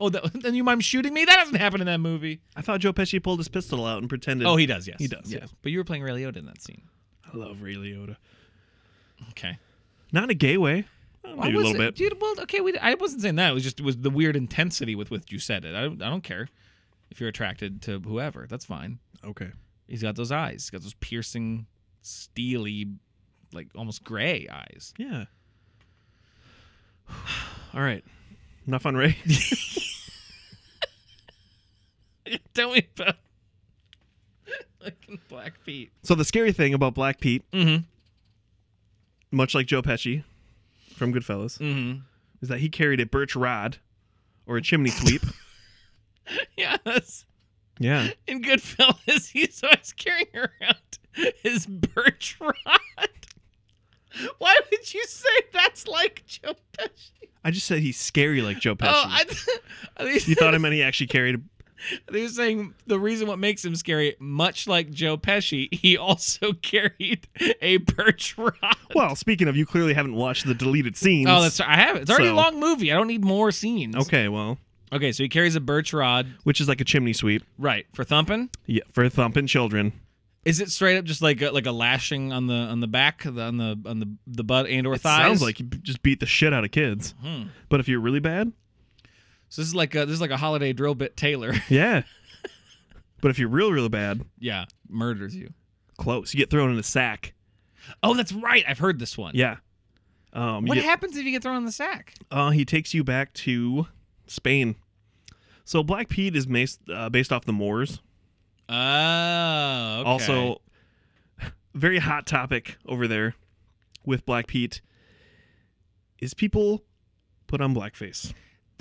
oh, that, then you mind shooting me? That doesn't happen in that movie. I thought Joe Pesci pulled his pistol out and pretended. Oh, he does. Yes, He does, Yes. yes. But you were playing Ray Liotta in that scene. I love Ray Liotta. Okay. Not in a gay way. Well, I Maybe a little wasn't- bit. Dude, well, okay, we, I wasn't saying that. It was just it was the weird intensity with which you said it. I don't, I don't care if you're attracted to whoever. That's fine. Okay. He's got those eyes. He's got those piercing, steely, like almost gray eyes. Yeah. All right. Enough on Ray. Tell me about fucking Black Pete. so the scary thing about Black Pete, Mm-hmm. much like Joe Pesci from Goodfellas, Mm-hmm. is that he carried a birch rod or a chimney sweep. Yes. yeah. In Goodfellas, he's always carrying around his birch rod. Why would you say that's like Joe Pesci? I just said he's scary like Joe Pesci. Oh, I, th- I think- you thought I meant he actually carried. A, They were saying the reason what makes him scary, much like Joe Pesci, he also carried a birch rod. well, speaking of, you clearly haven't watched the deleted scenes. Oh, that's I have it. It's already a So- long movie. I don't need more scenes. okay. Well, Okay, so he carries a birch rod, which is like a chimney sweep. right, for thumping. Yeah, for thumping children. Is it straight up just like a, like a lashing on the on the back, the- on the on the the butt and or thighs? Hmm. Sounds like you b- just beat the shit out of kids. But if you're really bad, so. This is like a, this is like a holiday drill bit Taylor. yeah. but if you're real, real bad, yeah, murders you. close. You get thrown in a sack. Oh, that's right. I've heard this one. Yeah. Um, you What get- happens if you get thrown in the sack? Uh, he takes you back to Spain. So Black Pete is based, uh, based off the Moors. Oh, okay. Also, very hot topic over there with Black Pete is people put on blackface.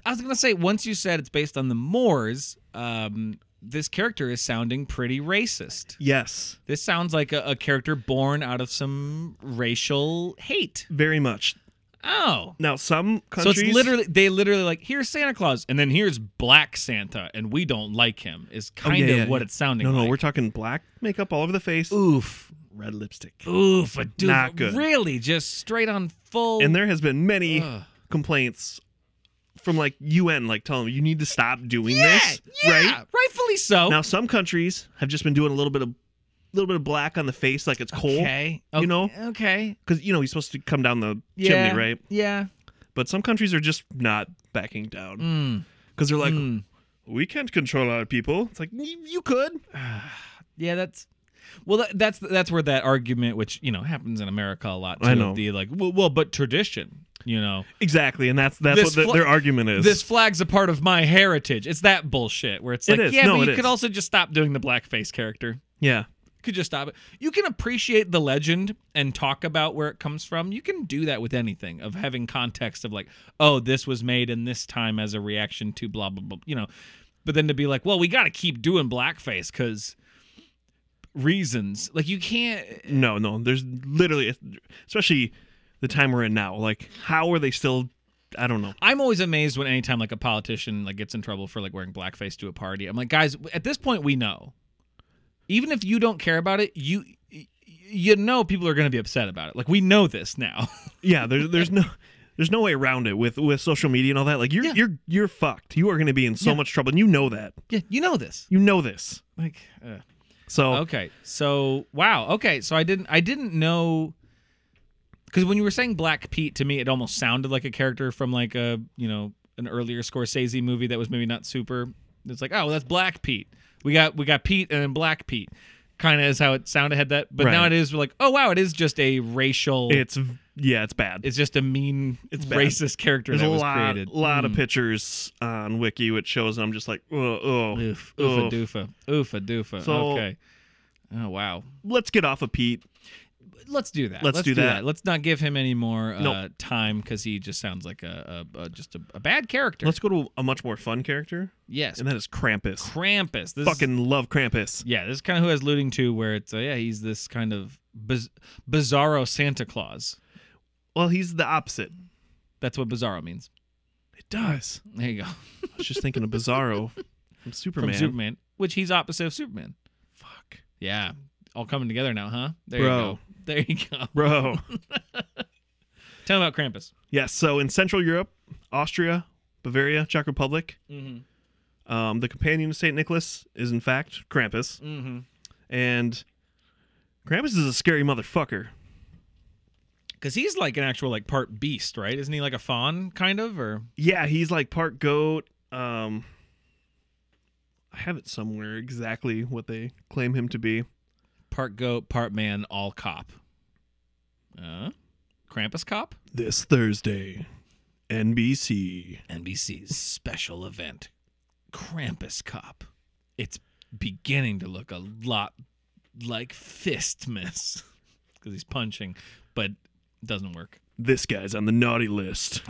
I was gonna say once you said it's based on the Moors, um, this character is sounding pretty racist. Yes, This sounds like a, a character born out of some racial hate. very much. Oh. Now some So countries it's literally they literally like here's Santa Claus and then here's Black Santa and we don't like him is Oh, kind yeah, of yeah, what yeah. it's sounding No, like. no, we're talking black makeup all over the face, oof, red lipstick. oof, a doof, Not good. really just straight on full. And there has been many Ugh. complaints from like UN, like telling them you need to stop doing yeah, this, yeah, Oh. right? rightfully so. Now some countries have just been doing a little bit of little bit of black on the face, like it's coal, okay, you know? okay, because you know he's supposed to come down the yeah, chimney, right? Yeah, But some countries are just not backing down Mm, because they're like, mm. we can't control our people. It's like "Y- you could. yeah, that's. Well, that, that's that's where that argument, which you know happens in America a lot, too, I of know. the like, well, well, but tradition, you know, Exactly, and that's that's This what the, fla- their argument is. this flag's a part of my heritage. It's that bullshit where it's It like, is. yeah, No, but it you is. could also just stop doing the blackface character. yeah, could just stop it. You can appreciate the legend and talk about where it comes from. You can do that with anything of having context of like, oh, this was made in this time as a reaction to blah blah blah, you know. But then to be like, well, we got to keep doing blackface because reasons. Like you can't. no, no. There's literally, especially the time we're in now. Like, how are they still? I don't know. I'm always amazed when anytime like a politician like gets in trouble for like wearing blackface to a party. I'm like, guys, at this point we know. Even if you don't care about it, you y- you know people are going to be upset about it. Like we know this now. Yeah, there's there's no. There's no way around it with, with social media and all that. Like you're Yeah. you're you're fucked. You are going to be in so Yeah. much trouble, and you know that. yeah, you know this. You know this. Like uh, So Okay. So wow. Okay. So I didn't I didn't know because when you were saying Black Pete to me, it almost sounded like a character from like a you know an earlier Scorsese movie that was maybe not super. It's like oh that's Black Pete. We got we got Pete and then Black Pete. Kind of is how it sounded had that, but Right. now it is we're like oh wow it is just a racial. it's yeah, it's bad. it's just a mean It's bad. racist character There's that a was lot, created. Hmm. lot of pictures on Wiki which shows, and I'm just like, oh, oh, Mm. Oof, oh. oofa doofa, oofa doofa. So- okay. Oh wow. let's get off of Pete. let's do that. Let's do that. Let's not give him any more uh, Nope. time because he just sounds like a, a, a just a, a bad character. Let's go to a much more fun character, yes, and that is Krampus. Krampus. This Is, Fucking love Krampus. yeah, this is kind of who I was alluding to, where it's uh, yeah, he's this kind of biz- bizarro Santa Claus. Well, he's the opposite. That's what bizarro means. It does. There you go. I was just thinking of Bizarro from Superman. From Superman, which he's opposite of Superman. Fuck, Yeah, all coming together now, huh? There Bro. you go. There you go. bro. Tell me about Krampus. yes. So in Central Europe, Austria, Bavaria, Czech Republic, um, the companion of Saint Nicholas is in fact Krampus, Mm-hmm. and Krampus is a scary motherfucker. Because he's like an actual like part beast, right? Isn't he like a fawn kind of or? Yeah, he's like part goat. Um I have it somewhere exactly what they claim him to be. part goat, part man, all cop. Uh, Krampus cop. This Thursday, NBC. NBC's special event, Krampus cop. It's beginning to look a lot like Fistmas because he's punching, but doesn't work. This guy's on the naughty list.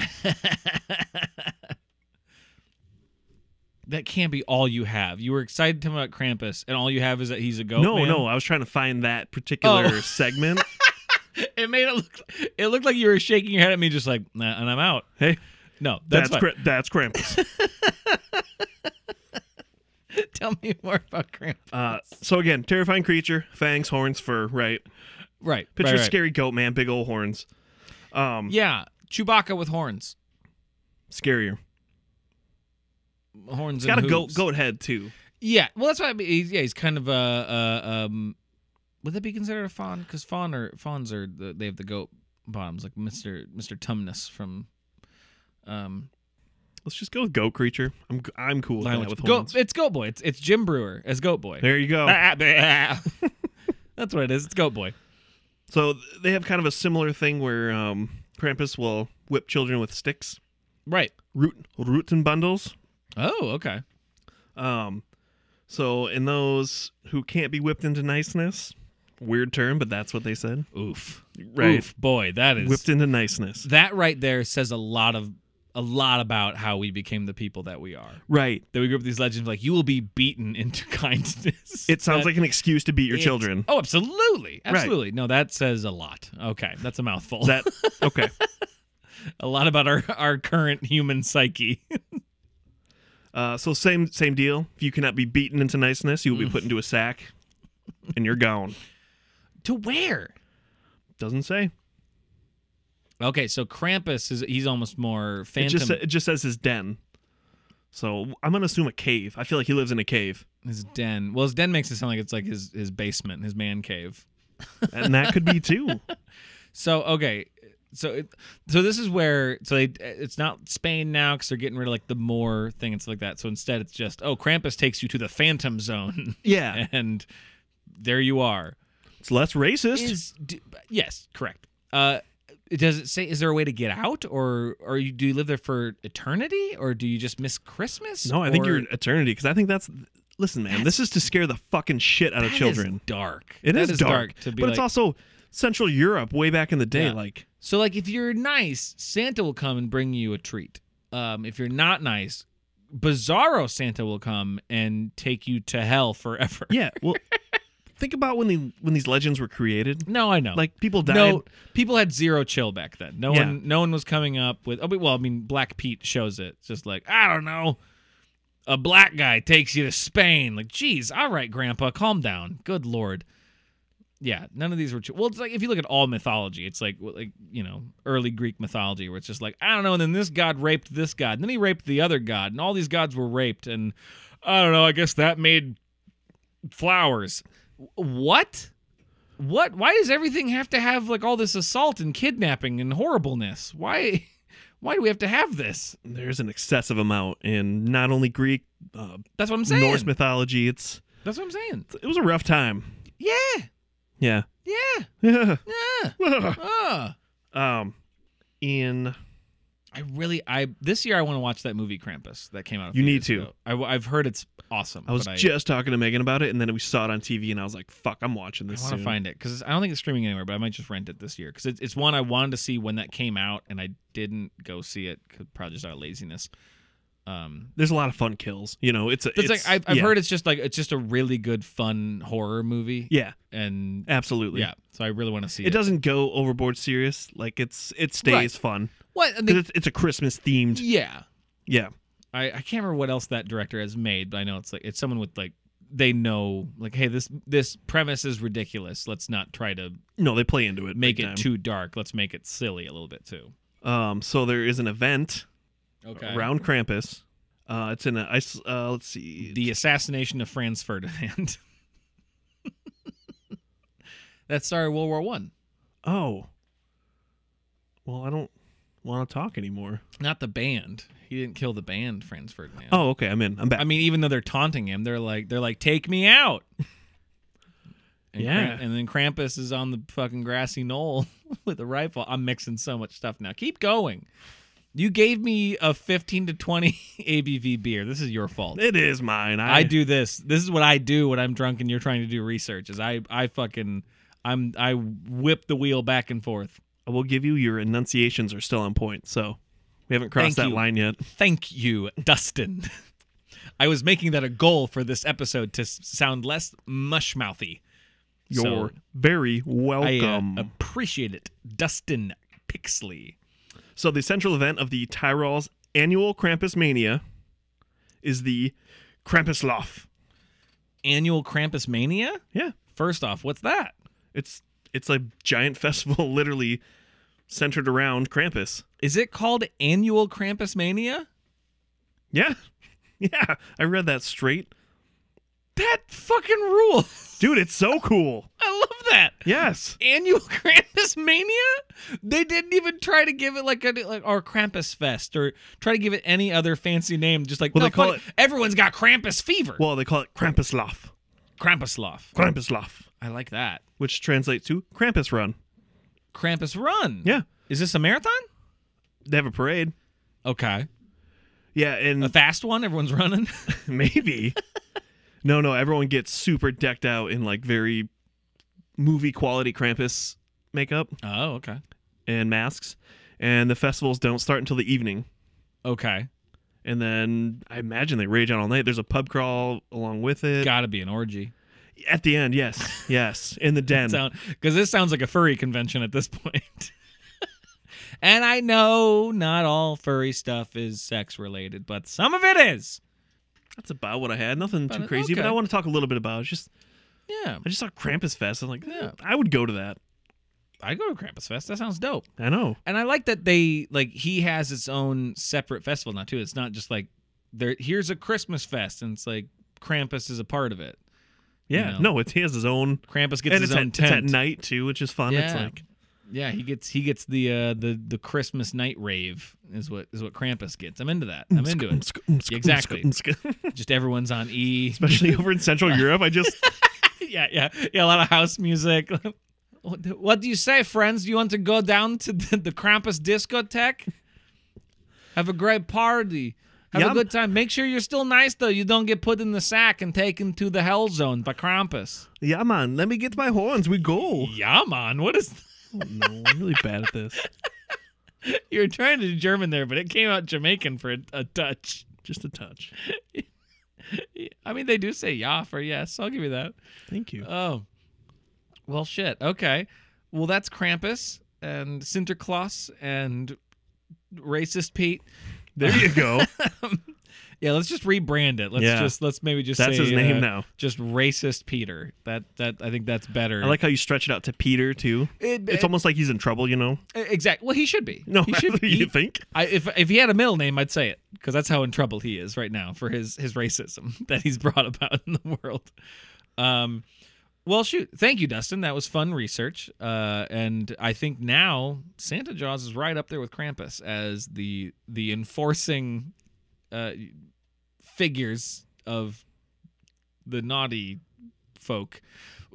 That can't be all you have. You were excited to tell me about Krampus, and all you have is that he's a goat. no, Oh, man? no, I was trying to find that particular Oh. segment. It made it look. It looked like you were shaking your head at me, just like, nah, and I'm out. Hey, No, that's that's, that's, fine. Kra- that's Krampus. Tell me more about Krampus. uh, so again, terrifying creature, fangs, horns, fur, right? Right. Picture right, right. scary goat man, big old horns. Um, Yeah, Chewbacca with horns. scarier. Horns. It's got a and goat hooves. goat head too. Yeah. Well, that's why. I mean, he's, yeah, he's kind of a. Uh, um, would that be considered a fawn? Because fawn are fawns are the, they have the goat bottoms, like Mister Mister Tumnus from. Um, Let's just go with goat creature. I'm I'm cool with Lion that Witch- with goat, horns. it's Goat Boy. It's it's Jim Brewer as Goat Boy. Ah, There you go. that's what it is. It's Goat Boy. So th- they have kind of a similar thing where um, Krampus will whip children with sticks, Right. root rootin bundles. Oh, okay. Um, so in those who can't be whipped into niceness, weird term, but that's what they said. Oof. Right. Oof, boy, that is Whipped into niceness. that right there says a lot of a lot about how we became the people that we are. Right. that we grew up with these legends of, like you will be beaten into kindness. It sounds That- like an excuse to beat your it- children. Oh, absolutely, absolutely. No, that says a lot. Okay, that's a mouthful. That okay. a lot about our our current human psyche. Uh, so same same deal. If you cannot be beaten into niceness, you will be put into a sack, and you're gone. to where? Doesn't say. Okay, so Krampus is he's almost more It phantom. just sa- it just says his den. So I'm gonna assume a cave. I feel like he lives in a cave, his den. Well, his den makes it sound like it's like his his basement, his man cave. and that could be too. So okay, so it, so this is where so they it's not Spain now because they're getting rid of like the Moor thing and stuff like that. So instead, it's just oh, Krampus takes you to the Phantom Zone, Yeah, and there you are. it's less racist. Is do, yes, correct. Uh, does it say is there a way to get out or or you do you live there for eternity or do you just miss Christmas? no, I think Or- you're in eternity because I think that's. Listen, man, this is to scare the fucking shit out of That is children. dark. It That is dark, to be like, but it's also Central Europe way back in the day. Yeah. Like, So like if you're nice, Santa will come and bring you a treat. Um, if you're not nice, Bizarro Santa will come and take you to hell forever. yeah, well, think about when the when these legends were created. No, I know. Like people died. no, people had zero chill back then. No Yeah. one, no one was coming up with. Oh, but- well, I mean, Black Pete shows it. It's just like I don't know, a black guy takes you to Spain. Like, geez, all right, Grandpa, calm down. Good lord. Yeah, none of these were. Chill. Well, it's like if you look at all mythology, it's like well, like you know early Greek mythology where it's just like I don't know, and then this god raped this god, and then he raped the other god, and all these gods were raped, and I don't know. I guess that made flowers. W- What? what why does everything have to have like all this assault and kidnapping and horribleness why why do we have to have this There's an excessive amount in not only Greek, uh, that's what i'm saying Norse mythology. It's that's what i'm saying it was a rough time. yeah Yeah. yeah Yeah. yeah Ah. um, in i really i this year i want to watch that movie krampus that came out a You few need years to. ago. I, have heard it's awesome I was but just talking to Megan about it, and then we saw it on TV, and I was like, "Fuck, I'm watching I this." want to soon." find it because I don't think it's streaming anywhere, but I might just rent it this year because it's, it's one I wanted to see when that came out and I didn't go see it 'cause- probably just out of laziness. Um, There's a lot of fun kills. You know, it's a, It's, like I've, I've yeah. heard it's just like it's just a really good fun horror movie. Yeah, and absolutely. yeah, so I really want to see It it. doesn't go overboard serious. Like it's it stays Right. fun What? I 'Cause mean, it's, it's a Christmas themed. yeah, Yeah, I, I can't remember what else that director has made, but I know it's like it's someone with like they know like hey this this premise is ridiculous. Let's not try to no, they play into it. make big it too dark. Let's make it silly a little bit too. time. Um, so there is an event Okay. around Krampus. Uh, it's in a ice. Uh, let's see. the assassination of Franz Ferdinand. that started World War One. oh, well, I don't want to talk anymore. Not the band. He didn't kill the band, Franz Ferdinand. Oh, okay. I'm in. I'm back. I mean, even though they're taunting him, they're like, they're like, take me out. And Yeah. Kramp- and then Krampus is on the fucking grassy knoll with a rifle. I'm mixing so much stuff now. Keep going. You gave me a 15 to 20 ABV beer. This is your fault. It is mine. I, I do this. This is what I do when I'm drunk and you're trying to do research. Is I I fucking I'm I whip the wheel back and forth. I will give you your enunciations are still on point. So we haven't Thank crossed that you. line yet. Thank you, Dustin. I was making that a goal for this episode to s- sound less mushmouthy. You're So- very I uh, welcome. appreciate it, Dustin Pixley. so the central event of the Tyrol's annual Krampus Mania is the Krampuslauf. Annual Krampus Mania. Yeah, First off, what's that? it's it's a giant festival, literally centered around Krampus. Is it called Annual Krampus Mania? Yeah, yeah. I read that straight, That fucking rules. dude. It's so cool. I love that. Yes. Annual Krampus Mania? They didn't even try to give it like a like or Krampus Fest or try to give it any other fancy name. Just like Well, no, they call fuck it- Everyone's got Krampus fever. Well, they call it Krampuslauf. Krampuslauf. Krampuslauf, I like that. which translates to Krampus Run. Krampus Run. Yeah, Is this a marathon? they have a parade. Okay. Yeah, and A fast one. Everyone's running. Maybe. no, no, everyone gets super decked out in like very movie quality Krampus makeup oh, okay. and masks. And the festivals don't start until the evening. Okay. And then I imagine they rage on all night. There's a pub crawl along with it. Gotta be an orgy. At the end, yes. Yes. In the den. Sound because this sounds like a furry convention at this point. And I know not all furry stuff is sex related, but some of it is. That's about what I had. Nothing too it- crazy, but okay. I want to talk a little bit about. It. Just Yeah. I just saw Krampus Fest. I'm like, eh, Yeah. I would go to that. I go to Krampus Fest. That sounds dope. I know. And I like that they like he has its own separate festival now too. It's not just like there here's a Christmas fest and it's like Krampus is a part of it. Yeah, You know. no, it's, he has his own. Krampus gets and his it's own at, tent. It's at night too, which is fun. It's Yeah. like Yeah, he gets he gets the uh the the Christmas night rave is what is what Krampus gets. I'm into that. I'm into it. Exactly. Just everyone's on E. Especially over in Central Europe, I just yeah, yeah, yeah. A lot of house music. What- What do you say, friends? Do you want to go down to the, the Krampus discotheque? Have a great party. Have Yeah, a I'm- good time. Make sure you're still nice though. You don't get put in the sack and taken to the hell zone by Krampus. yeah, man. Let me get my horns. We go. Yeah, man. What is? no, I'm really bad at this. You're trying to do German there, but it came out Jamaican for a, a touch. Just a touch. I mean, they do say "ja" for yes. I'll give you that. Thank you. Oh. Well, shit. Okay. Well, that's Krampus and Sinterklaas and racist Pete. there you go. Yeah, let's just rebrand it. Let's Yeah. just let's maybe just That's say, his name uh, now. Just racist Peter. That that I think that's better. I like how you stretch it out to Peter too. It- it's it- almost like he's in trouble, you know. exactly. E, Well, he should be. No, he should. you he- think? I, if if he had a middle name, I'd say it because that's how in trouble he is right now for his his racism that he's brought about in the world. Um, well, shoot, thank you, Dustin. That was fun research, uh, and I think now Santa Jaws is right up there with Krampus as the the enforcing uh, figures of the naughty folk.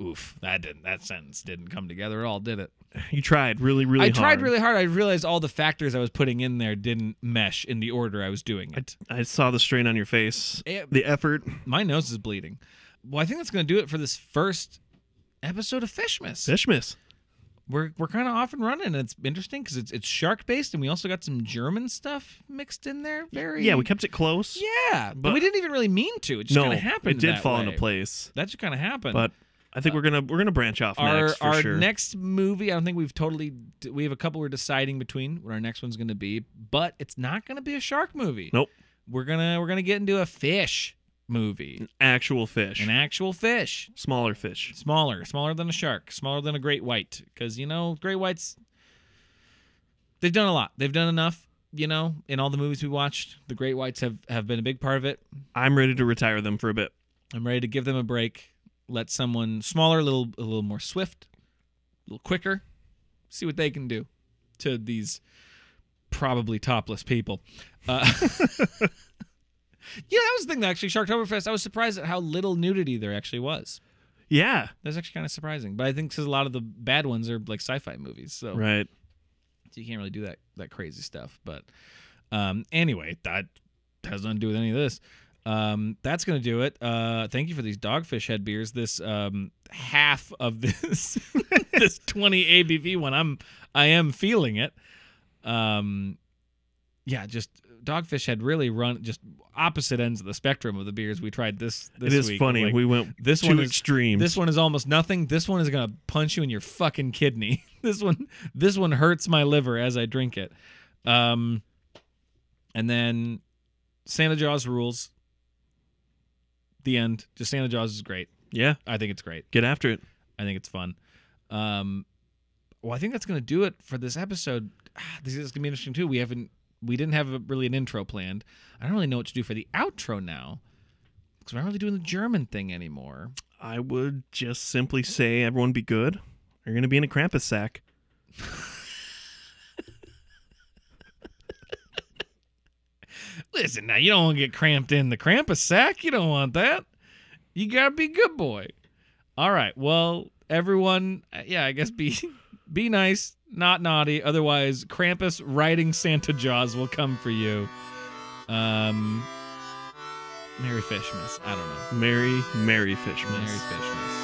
Oof, that didn't that sentence didn't come together at all, did it? You tried really, really. I tried hard. really hard. I realized all the factors I was putting in there didn't mesh in the order I was doing it. I saw the strain on your face. Yeah. The effort. My nose is bleeding. Well, I think that's going to do it for this first episode of Fishmas. Fishmas. We're we're kind of off and running. and It's interesting because it's it's shark based, and we also got some German stuff mixed in there. Very Yeah, we kept it close. yeah, but but- we didn't even really mean to. It just no, kind of happened. it did that fall way. into place. That just kind of happened. But I think we're gonna we're gonna branch off our next for our sure. next movie, I don't think we've totally. We have a couple we're deciding between what our next one's going to be, but it's not going to be a shark movie. nope, we're gonna we're gonna get into a fish movie actual fish, an actual fish smaller fish. smaller smaller than a shark smaller than a great white because you know great whites they've done a lot they've done enough you know in all the movies we watched the great whites have have been a big part of it I'm ready to retire them for a bit. i'm ready to give them a break let someone smaller a little a little more swift a little quicker see what they can do to these probably topless people. Uh, yeah, that was the thing. Though, actually, Sharktoberfest. I was surprised at how little nudity there actually was. Yeah, That's actually kind of surprising. But I think because a lot of the bad ones are like sci-fi movies, so, right. so you can't really do that that crazy stuff. But um, anyway, that has nothing to do with any of this. Um, that's gonna do it. Uh, thank you for these dogfish head beers. This um, half of this this twenty ABV one, I'm I am feeling it. Um, yeah, just dogfish head really run just opposite ends of the spectrum of the beers we tried this. this it is week. funny. Like, we went this two one is- extremes. this one is almost nothing. This one is gonna punch you in your fucking kidney. This one, this one hurts my liver as I drink it. Um, and then Santa Jaws rules. The end. Just Santa Jaws is great. yeah, I think it's great. get after it. I think it's fun. Um, well, I think that's gonna do it for this episode. Ah, This is gonna be interesting too. We haven't, we didn't have a, really an intro planned. I don't really know what to do for the outro now because we're not really doing the German thing anymore. I would just simply say, everyone, be good. You're gonna be in a Krampus sack. Listen, now you don't want to get cramped in the Krampus sack. You don't want that. You gotta be a good boy. All right. Well, everyone, uh, yeah, I guess be be nice, not naughty. Otherwise, Krampus riding Santa Jaws will come for you. Um, Merry Fishmas. I don't know. Merry, merry Fishmas. Merry Fishmas.